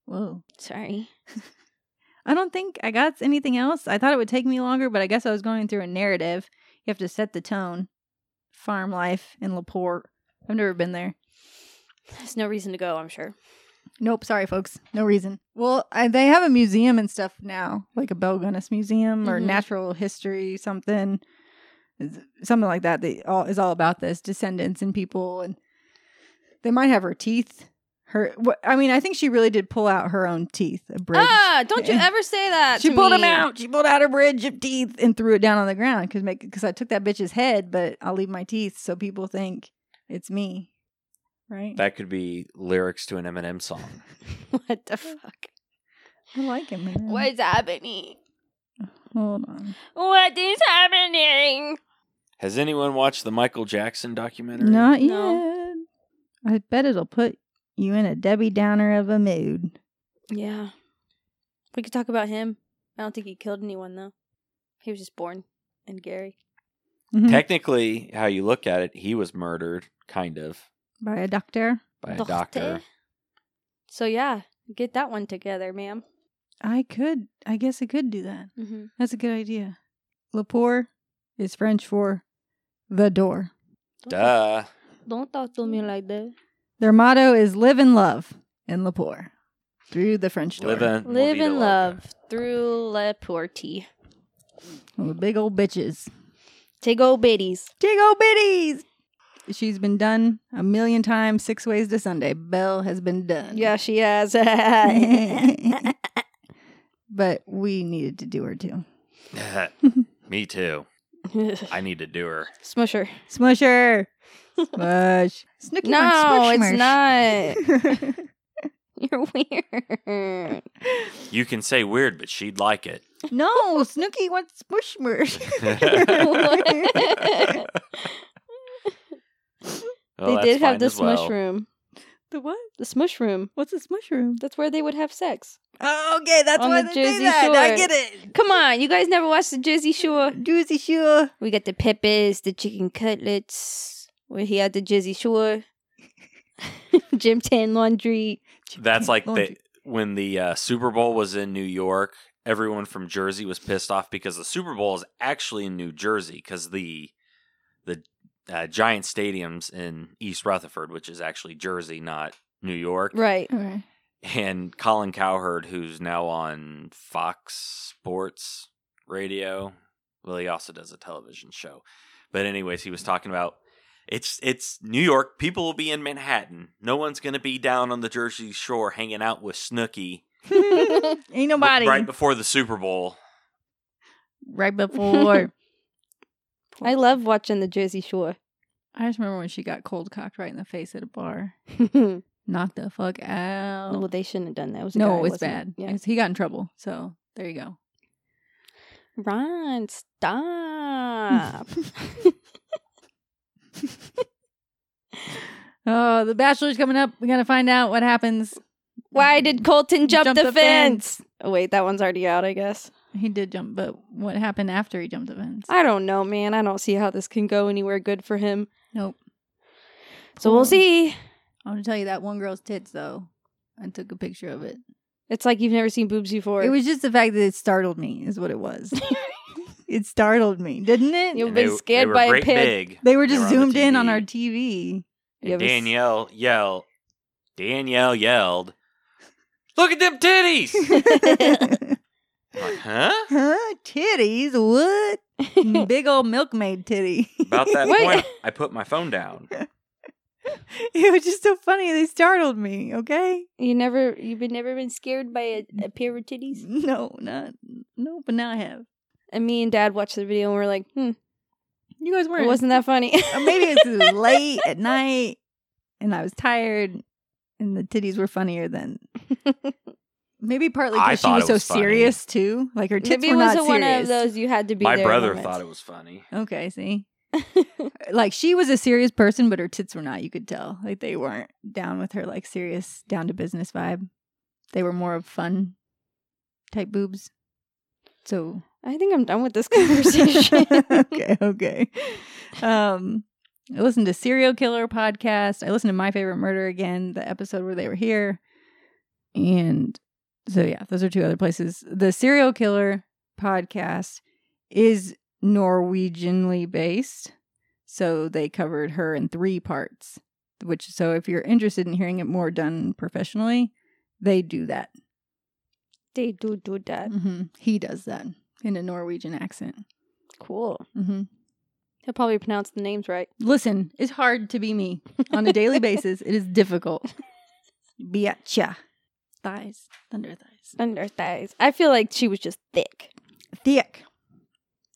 [SPEAKER 4] now. Whoa.
[SPEAKER 5] Sorry.
[SPEAKER 4] I don't think I got anything else. I thought it would take me longer, but I guess I was going through a narrative. You have to set the tone. Farm life in Laporte. I've never been there.
[SPEAKER 5] There's no reason to go, I'm sure.
[SPEAKER 4] Nope, sorry, folks. No reason. Well, I, they have a museum and stuff now, like a Bell Gunness Museum or
[SPEAKER 5] Mhm.
[SPEAKER 4] Natural History something, is- something like that. That all is all about this descendants and people, and they might have her teeth. Her, wha- I mean, I think she really did pull out her own teeth. A bridge.
[SPEAKER 5] Ah, don't you ever say that.
[SPEAKER 4] She
[SPEAKER 5] to
[SPEAKER 4] pulled
[SPEAKER 5] me.
[SPEAKER 4] them out. She pulled out her bridge of teeth and threw it down on the ground because because I took that bitch's head, but I'll leave my teeth so people think it's me, right?
[SPEAKER 3] That could be lyrics to an Eminem song.
[SPEAKER 5] What the fuck?
[SPEAKER 4] I like him. man.
[SPEAKER 5] What's happening?
[SPEAKER 4] Hold on.
[SPEAKER 5] What is happening?
[SPEAKER 3] Has anyone watched the Michael Jackson documentary?
[SPEAKER 4] Not
[SPEAKER 5] No.
[SPEAKER 4] yet. I bet it'll put you in a Debbie Downer of a mood.
[SPEAKER 5] Yeah. We could talk about him. I don't think he killed anyone though. He was just born and Gary.
[SPEAKER 3] Technically, how you look at it, he was murdered, kind of,
[SPEAKER 4] By a doctor.
[SPEAKER 3] by a
[SPEAKER 5] Doctor?
[SPEAKER 3] doctor.
[SPEAKER 5] So yeah, get that one together, ma'am.
[SPEAKER 4] I could. I guess I could do that.
[SPEAKER 5] Mm-hmm.
[SPEAKER 4] That's a good idea. Lepore is French for the door.
[SPEAKER 3] Duh.
[SPEAKER 5] Don't talk to me like that.
[SPEAKER 4] Their motto is live and love in Lepore through the French door.
[SPEAKER 3] Live and
[SPEAKER 5] Live and love through La Porte.
[SPEAKER 4] Oh, big old bitches.
[SPEAKER 5] Take old biddies.
[SPEAKER 4] Big old bitties. She's been done a million times, six ways to Sunday. Belle has been done.
[SPEAKER 5] she has.
[SPEAKER 4] but we needed to do her too.
[SPEAKER 3] Me too. I need to do her.
[SPEAKER 5] Smusher.
[SPEAKER 4] Smusher. Smush. Snooky
[SPEAKER 5] No,
[SPEAKER 4] Munch,
[SPEAKER 5] it's not.
[SPEAKER 4] smush, smush.
[SPEAKER 5] You're weird.
[SPEAKER 3] You can say weird, but she'd like it.
[SPEAKER 4] no, Snooky wants smush smush.
[SPEAKER 5] What?
[SPEAKER 3] Well,
[SPEAKER 5] they
[SPEAKER 3] that's
[SPEAKER 5] did have
[SPEAKER 3] fine
[SPEAKER 5] the
[SPEAKER 3] as
[SPEAKER 5] smush
[SPEAKER 3] well.
[SPEAKER 5] room.
[SPEAKER 4] the what?
[SPEAKER 5] The smush room.
[SPEAKER 4] What's a smush room?
[SPEAKER 5] That's where they would have sex.
[SPEAKER 4] Oh, okay, that's
[SPEAKER 5] On
[SPEAKER 4] why
[SPEAKER 5] the
[SPEAKER 4] they say
[SPEAKER 5] Jersey
[SPEAKER 4] that. I
[SPEAKER 5] Shore.
[SPEAKER 4] get it.
[SPEAKER 5] Come on, you guys never watched the Jersey Shore?
[SPEAKER 4] Jersey Shore.
[SPEAKER 5] We got the peppers, the chicken cutlets. Where he had the Jersey Shore. Jim Tan Laundry.
[SPEAKER 3] That's like the,
[SPEAKER 4] Laundry.
[SPEAKER 3] when the uh, Super Bowl was in New York. Everyone from Jersey was pissed off because the Super Bowl is actually in New Jersey because the the uh, Giant Stadium's in East Rutherford, which is actually Jersey, not New York.
[SPEAKER 5] Right.
[SPEAKER 4] Okay.
[SPEAKER 3] And Colin Cowherd, who's now on Fox Sports Radio, well, he also does a television show. But anyways, he was talking about it's it's New York. People will be in Manhattan. No one's gonna be down on the Jersey Shore hanging out with Snooky
[SPEAKER 4] Ain't nobody.
[SPEAKER 3] right before the Super Bowl.
[SPEAKER 4] Right before.
[SPEAKER 5] I love watching the Jersey Shore.
[SPEAKER 4] I just remember when she got cold cocked right in the face at a bar.
[SPEAKER 5] well,
[SPEAKER 4] Knocked the fuck out.
[SPEAKER 5] they shouldn't have done that. It was a guy,
[SPEAKER 4] no, it was
[SPEAKER 5] wasn't
[SPEAKER 4] bad.
[SPEAKER 5] Yeah.
[SPEAKER 4] It's- He got in trouble. So there you go.
[SPEAKER 5] Ron, stop.
[SPEAKER 4] Oh, the bachelor's coming up. We gotta find out what happens.
[SPEAKER 5] Why did Colton jump,
[SPEAKER 4] Jump
[SPEAKER 5] the,
[SPEAKER 4] the
[SPEAKER 5] fence? Oh, wait, that one's already out, I guess.
[SPEAKER 4] He did jump, but what happened after he jumped the fence?
[SPEAKER 5] I don't know, man. I don't see how this can go anywhere good for him.
[SPEAKER 4] nope.
[SPEAKER 5] So we'll
[SPEAKER 4] Poor-
[SPEAKER 5] see.
[SPEAKER 4] I want to tell you that one girl's tits though. I took a picture of it.
[SPEAKER 5] It's like you've never seen boobs before.
[SPEAKER 4] It was just the fact that it startled me, is what it was. it startled me, didn't it?
[SPEAKER 5] You've
[SPEAKER 3] And they-
[SPEAKER 5] been scared
[SPEAKER 3] they were
[SPEAKER 5] by a
[SPEAKER 3] great
[SPEAKER 5] pig.
[SPEAKER 3] big.
[SPEAKER 4] They were just
[SPEAKER 3] were on the
[SPEAKER 4] zoomed in on
[SPEAKER 3] TV.
[SPEAKER 4] our TV.
[SPEAKER 3] And
[SPEAKER 5] Yeah, but s-
[SPEAKER 3] Danielle yelled. Danielle yelled. Look at them titties.
[SPEAKER 4] huh?
[SPEAKER 3] I'm like, huh?
[SPEAKER 4] Titties? What? Mm, Big old milkmaid titty.
[SPEAKER 3] About that
[SPEAKER 5] Wait.
[SPEAKER 3] point, I put my phone down.
[SPEAKER 4] it was just so funny. They startled me. Okay.
[SPEAKER 5] You never, you've been, never been scared by a, a pair of titties.
[SPEAKER 4] No, not no, but now I have.
[SPEAKER 5] And me and Dad watched the video and we're like, hmm,
[SPEAKER 4] You guys
[SPEAKER 5] it wasn't that funny.
[SPEAKER 4] Or Uh, maybe it's 'cause it was late at night and I was tired and the titties were funnier than maybe partly
[SPEAKER 3] I
[SPEAKER 4] because she
[SPEAKER 3] thought
[SPEAKER 4] was,
[SPEAKER 3] it
[SPEAKER 4] so
[SPEAKER 3] was funny.
[SPEAKER 4] serious too. Like her tits
[SPEAKER 5] Maybe
[SPEAKER 4] were
[SPEAKER 5] it was
[SPEAKER 4] not
[SPEAKER 5] a one of
[SPEAKER 4] serious.
[SPEAKER 5] those you had to be.
[SPEAKER 3] My
[SPEAKER 5] there
[SPEAKER 3] brother
[SPEAKER 5] moments.
[SPEAKER 3] thought it was funny.
[SPEAKER 4] Okay, see. like she was a serious person, but her tits were not. You could tell. Like they weren't down with her like serious down to business vibe. They were more of fun type boobs. So
[SPEAKER 5] I think I'm done with this conversation.
[SPEAKER 4] okay, okay. Um, I listened to Serial Killer podcast. I listened to My Favorite Murder again, the episode where they were here. And so, yeah, those are two other places. The Serial Killer podcast is Norwegianly based. So they covered her in three parts, which, so if you're interested in hearing it more done professionally, They do that.
[SPEAKER 5] They do do that.
[SPEAKER 4] hmm He does that in a Norwegian accent.
[SPEAKER 5] Cool.
[SPEAKER 4] hmm
[SPEAKER 5] He'll probably pronounce the names right.
[SPEAKER 4] Listen, it's hard to be me on a daily basis. It is difficult. Biatcha. Thighs. Thunder thighs.
[SPEAKER 5] Under thighs. I feel like she was just thick.
[SPEAKER 4] Thick.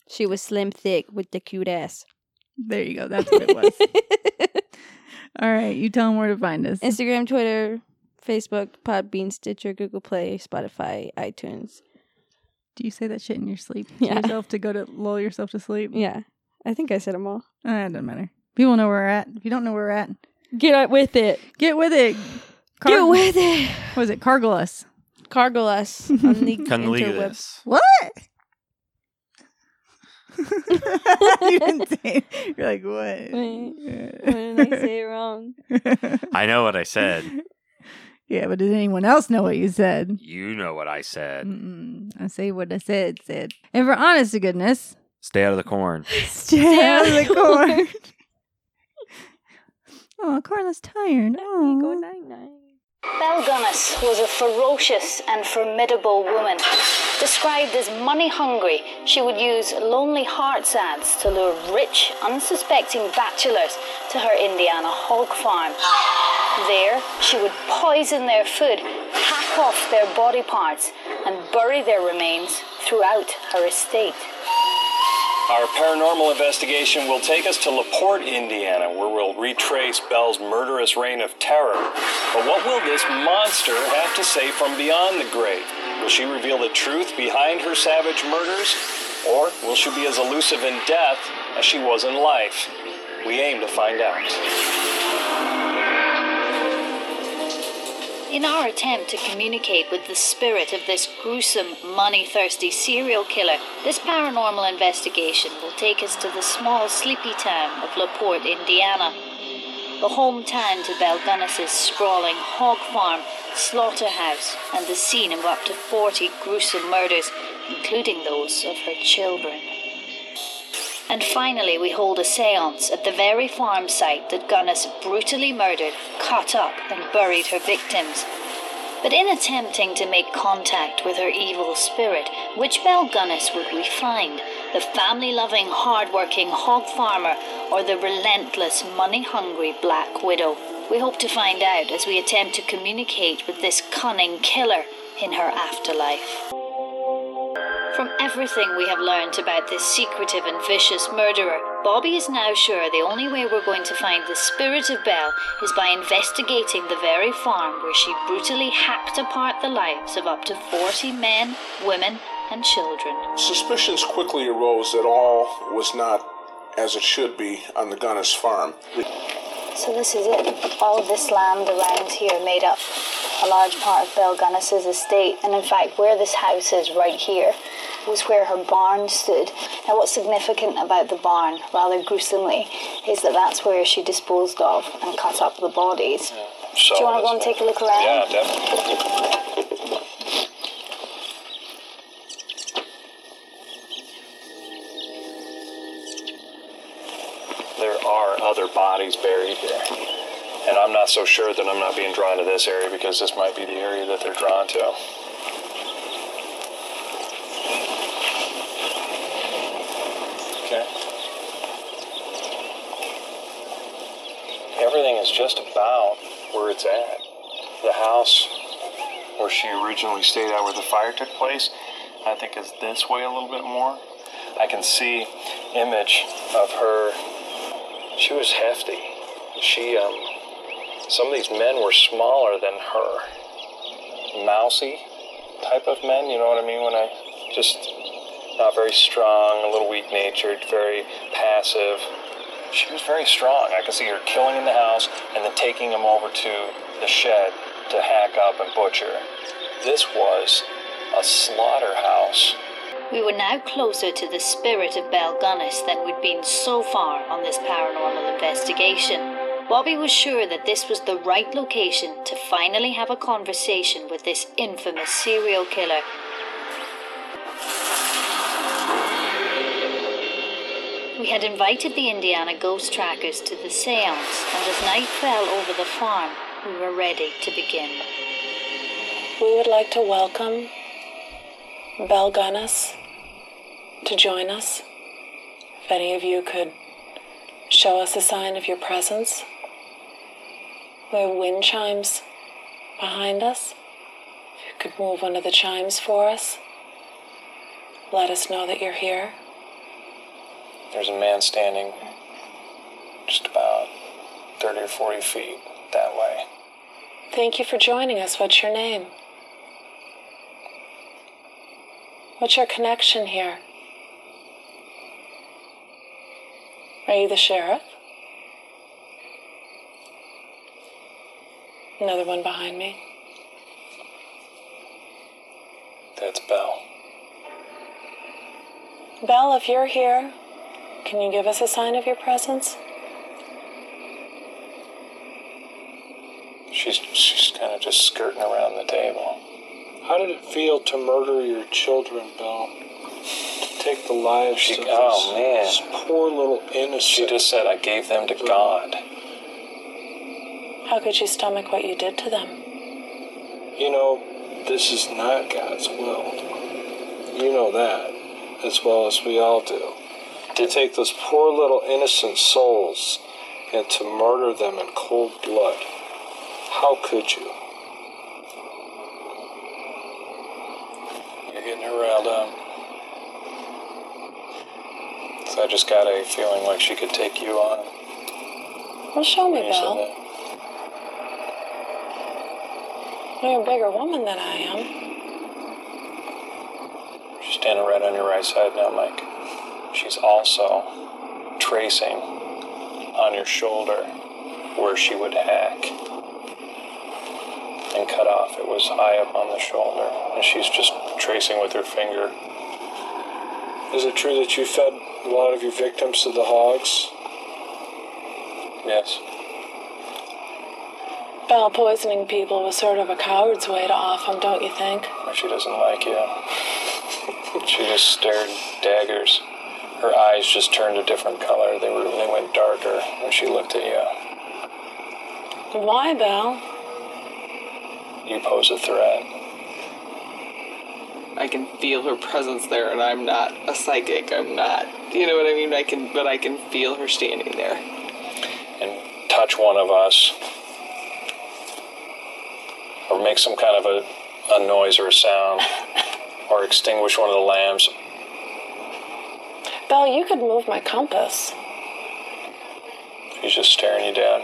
[SPEAKER 5] She was slim, thick with the cute ass.
[SPEAKER 4] There you go. That's what it was. All right. You tell him where to find us.
[SPEAKER 5] Instagram, Twitter, Facebook, Podbean, Stitcher, Google Play, Spotify, iTunes.
[SPEAKER 4] Do you say that shit in your sleep? To
[SPEAKER 5] Yeah.
[SPEAKER 4] yourself to go to lull yourself to sleep?
[SPEAKER 5] Yeah, I think I said them all.
[SPEAKER 4] Ah, it doesn't matter. People know where we're at. If you don't know where we're at,
[SPEAKER 5] Get out with it.
[SPEAKER 4] get with it. Car-
[SPEAKER 5] Get with it.
[SPEAKER 4] What was it? Cargle us.
[SPEAKER 5] Cargo us on the
[SPEAKER 3] Conglidas.
[SPEAKER 5] interwebs.
[SPEAKER 4] What? you didn't say it. You're like,
[SPEAKER 5] Wait,
[SPEAKER 4] what?
[SPEAKER 5] What did I say wrong?
[SPEAKER 3] I know what I said.
[SPEAKER 4] yeah, but did anyone else know what you said?
[SPEAKER 3] You know what I said.
[SPEAKER 4] Mm-mm. I say what I said, said. And for honest to goodness,
[SPEAKER 3] Stay out of the corn.
[SPEAKER 4] stay out of the
[SPEAKER 5] out of the
[SPEAKER 4] corn. oh, Carla's tired.
[SPEAKER 5] Go
[SPEAKER 4] Oh,
[SPEAKER 5] night night.
[SPEAKER 9] Belgunus was a ferocious and formidable woman. Described as money hungry, she would use lonely hearts ads to lure rich, unsuspecting bachelors to her Indiana hog farm. There, she would poison their food, hack off their body parts, and bury their remains throughout her estate.
[SPEAKER 10] Our paranormal investigation will take us to LaPorte, Indiana, where we'll retrace Bell's murderous reign of terror. But what will this monster have to say from beyond the grave? Will she reveal the truth behind her savage murders? Or will she be as elusive in death as she was in life? We aim to find out.
[SPEAKER 9] In our attempt to communicate with the spirit of this gruesome, money thirsty serial killer, this paranormal investigation will take us to the small, sleepy town of LaPorte, Indiana. The hometown to Belgunnis' sprawling hog farm, slaughterhouse, and the scene of up to 40 gruesome murders, including those of her children. And finally, we hold a seance at the very farm site that Gunnis brutally murdered, cut up, and buried her victims. But in attempting to make contact with her evil spirit, which Bell Gunnis would we find? The family loving, hard working hog farmer or the relentless, money hungry black widow? We hope to find out as we attempt to communicate with this cunning killer in her afterlife. From everything we have learned about this secretive and vicious murderer, Bobby is now sure the only way we're going to find the spirit of Belle is by investigating the very farm where she brutally hacked apart the lives of up to 40 men, women, and children.
[SPEAKER 11] Suspicions quickly arose that all was not as it should be on the Gunnis farm.
[SPEAKER 9] So this is it. All of this land around here made up a large part of Belle Gunnis' estate. And in fact, where this house is right here was where her barn stood. Now what's significant about the barn, rather gruesomely, is that that's where she disposed of and cut up the bodies.
[SPEAKER 10] So
[SPEAKER 9] Do you want to go and take a look around?
[SPEAKER 10] Yeah, definitely. There are other bodies buried here. And I'm not so sure that I'm not being drawn to this area because this might be the area that they're drawn to. Okay. Everything is just about where it's at. The house where she originally stayed at, where the fire took place, I think is this way a little bit more. I can see image of her. She was hefty. She, um, some of these men were smaller than her. Mousy type of men, you know what I mean? When I just not very strong, a little weak natured, very passive. She was very strong. I could see her killing in the house and then taking him over to the shed to hack up and butcher. This was a slaughterhouse.
[SPEAKER 9] We were now closer to the spirit of Belle Gunnis than we'd been so far on this paranormal investigation. Bobby was sure that this was the right location to finally have a conversation with this infamous serial killer. We had invited the Indiana ghost trackers to the seance, and as night fell over the farm, we were ready to begin.
[SPEAKER 12] We would like to welcome Bel Gunness to join us. If any of you could show us a sign of your presence. We have wind chimes behind us. If you could move one of the chimes for us, let us know that you're here.
[SPEAKER 10] There's a man standing just about 30 or 40 feet that way.
[SPEAKER 12] Thank you for joining us. What's your name? What's your connection here? Are you the sheriff? Another one behind me.
[SPEAKER 10] That's Bell.
[SPEAKER 12] Belle, if you're here, can you give us a sign of your presence?
[SPEAKER 10] She's she's kind of just skirting around the table.
[SPEAKER 13] How did it feel to murder your children, Belle? To take the lives
[SPEAKER 10] She,
[SPEAKER 13] of
[SPEAKER 10] oh
[SPEAKER 13] those-
[SPEAKER 10] man,
[SPEAKER 13] those poor little innocent.
[SPEAKER 10] She just said, "I gave them to God."
[SPEAKER 12] How could you stomach what you did to them?
[SPEAKER 13] You know, this is not God's will. You know that, as well as we all do. To take those poor little innocent souls and to murder them in cold blood. How could you?
[SPEAKER 10] You're getting her riled up. So I just got a feeling like she could take you on.
[SPEAKER 12] Well, show me,
[SPEAKER 10] You said
[SPEAKER 12] Belle.
[SPEAKER 10] that.
[SPEAKER 12] You're a bigger woman than I am.
[SPEAKER 10] She's standing right on your right side now, Mike. She's also tracing on your shoulder where she would hack and cut off. It was high up on the shoulder, and she's just tracing with her finger.
[SPEAKER 13] Is it true that you fed a lot of your victims to the hogs?
[SPEAKER 10] Yes.
[SPEAKER 12] Belle, poisoning people was sort of a coward's way to off them, don't you think?
[SPEAKER 10] She doesn't like you. she just stared daggers. Her eyes just turned a different color. They were they went darker when she looked at you.
[SPEAKER 12] Why, Belle?
[SPEAKER 10] You pose a threat.
[SPEAKER 14] I can feel her presence there, and I'm not a psychic. I'm not, you know what I mean. I can, but I can feel her standing there.
[SPEAKER 10] and touch one of us or make some kind of a, a noise or a sound or extinguish one of the lamps
[SPEAKER 12] Belle, you could move my compass.
[SPEAKER 10] he's just staring you down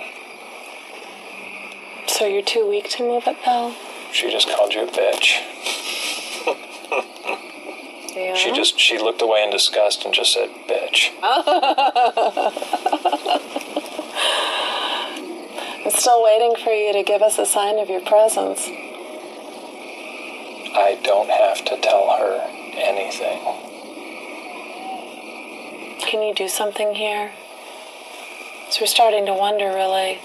[SPEAKER 12] So you're too weak to move it, Belle?
[SPEAKER 10] she just called you a bitch
[SPEAKER 12] Yeah.
[SPEAKER 10] she just she looked away in disgust and just said bitch
[SPEAKER 12] I'm still waiting for you to give us a sign of your presence.
[SPEAKER 10] i don't have to tell her anything
[SPEAKER 12] Can you do something here? So we're starting to wonder, really,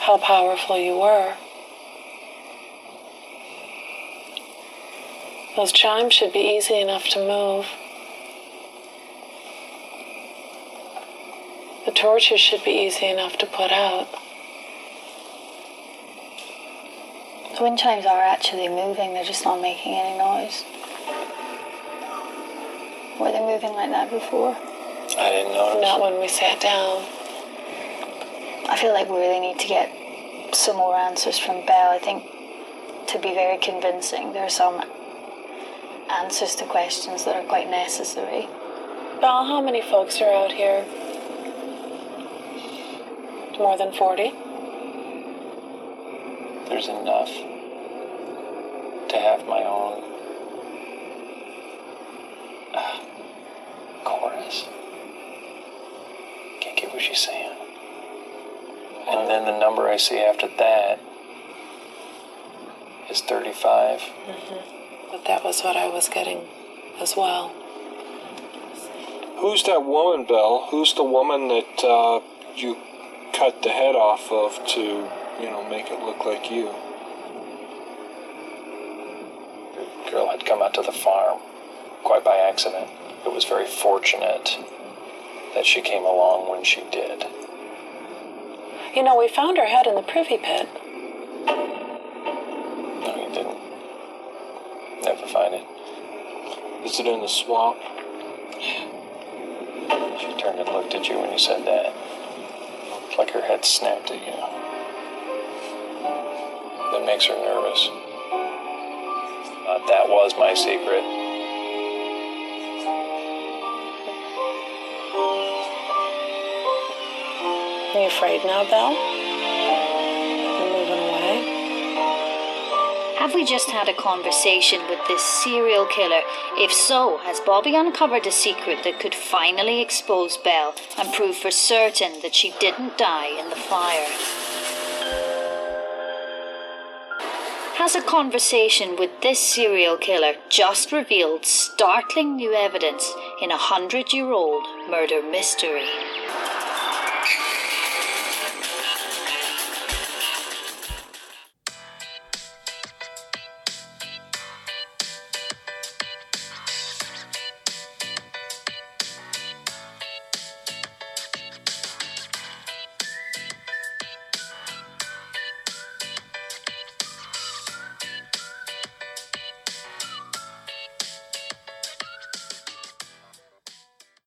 [SPEAKER 12] how powerful you were. Those chimes should be easy enough to move. The torches should be easy enough to put out.
[SPEAKER 9] The wind chimes are actually moving, they're just not making any noise. Were they moving like that before?
[SPEAKER 10] i didn't know
[SPEAKER 12] Not when we sat down.
[SPEAKER 9] I feel like we really need to get some more answers from Belle. I think to be very convincing, there are some answers to questions that are quite necessary.
[SPEAKER 12] Val, how many folks are out here? More than 40?
[SPEAKER 10] there's enough to have my own uh, chorus. Can't get what she's saying. And then the number I see after that is 35.
[SPEAKER 12] But that was what I was getting as well.
[SPEAKER 13] Who's that woman, Belle? Who's the woman that uh, you cut the head off of to, you know, make it look like you?
[SPEAKER 10] The girl had come out to the farm quite by accident. It was very fortunate that she came along when she did.
[SPEAKER 12] You know, we found her head in the privy pit.
[SPEAKER 10] No, you didn't. find it. Is it in the swamp? She turned and looked at you when you said that. It's like her head snapped at you. That makes her nervous. Uh, that was my secret.
[SPEAKER 12] Are you afraid now, Belle? You're moving away.
[SPEAKER 9] Have we just had a conversation with this serial killer? If so, has Bobby uncovered a secret that could finally expose Belle and prove for certain that she didn't die in the fire? Has a conversation with this serial killer just revealed startling new evidence in a hundred year old murder mystery?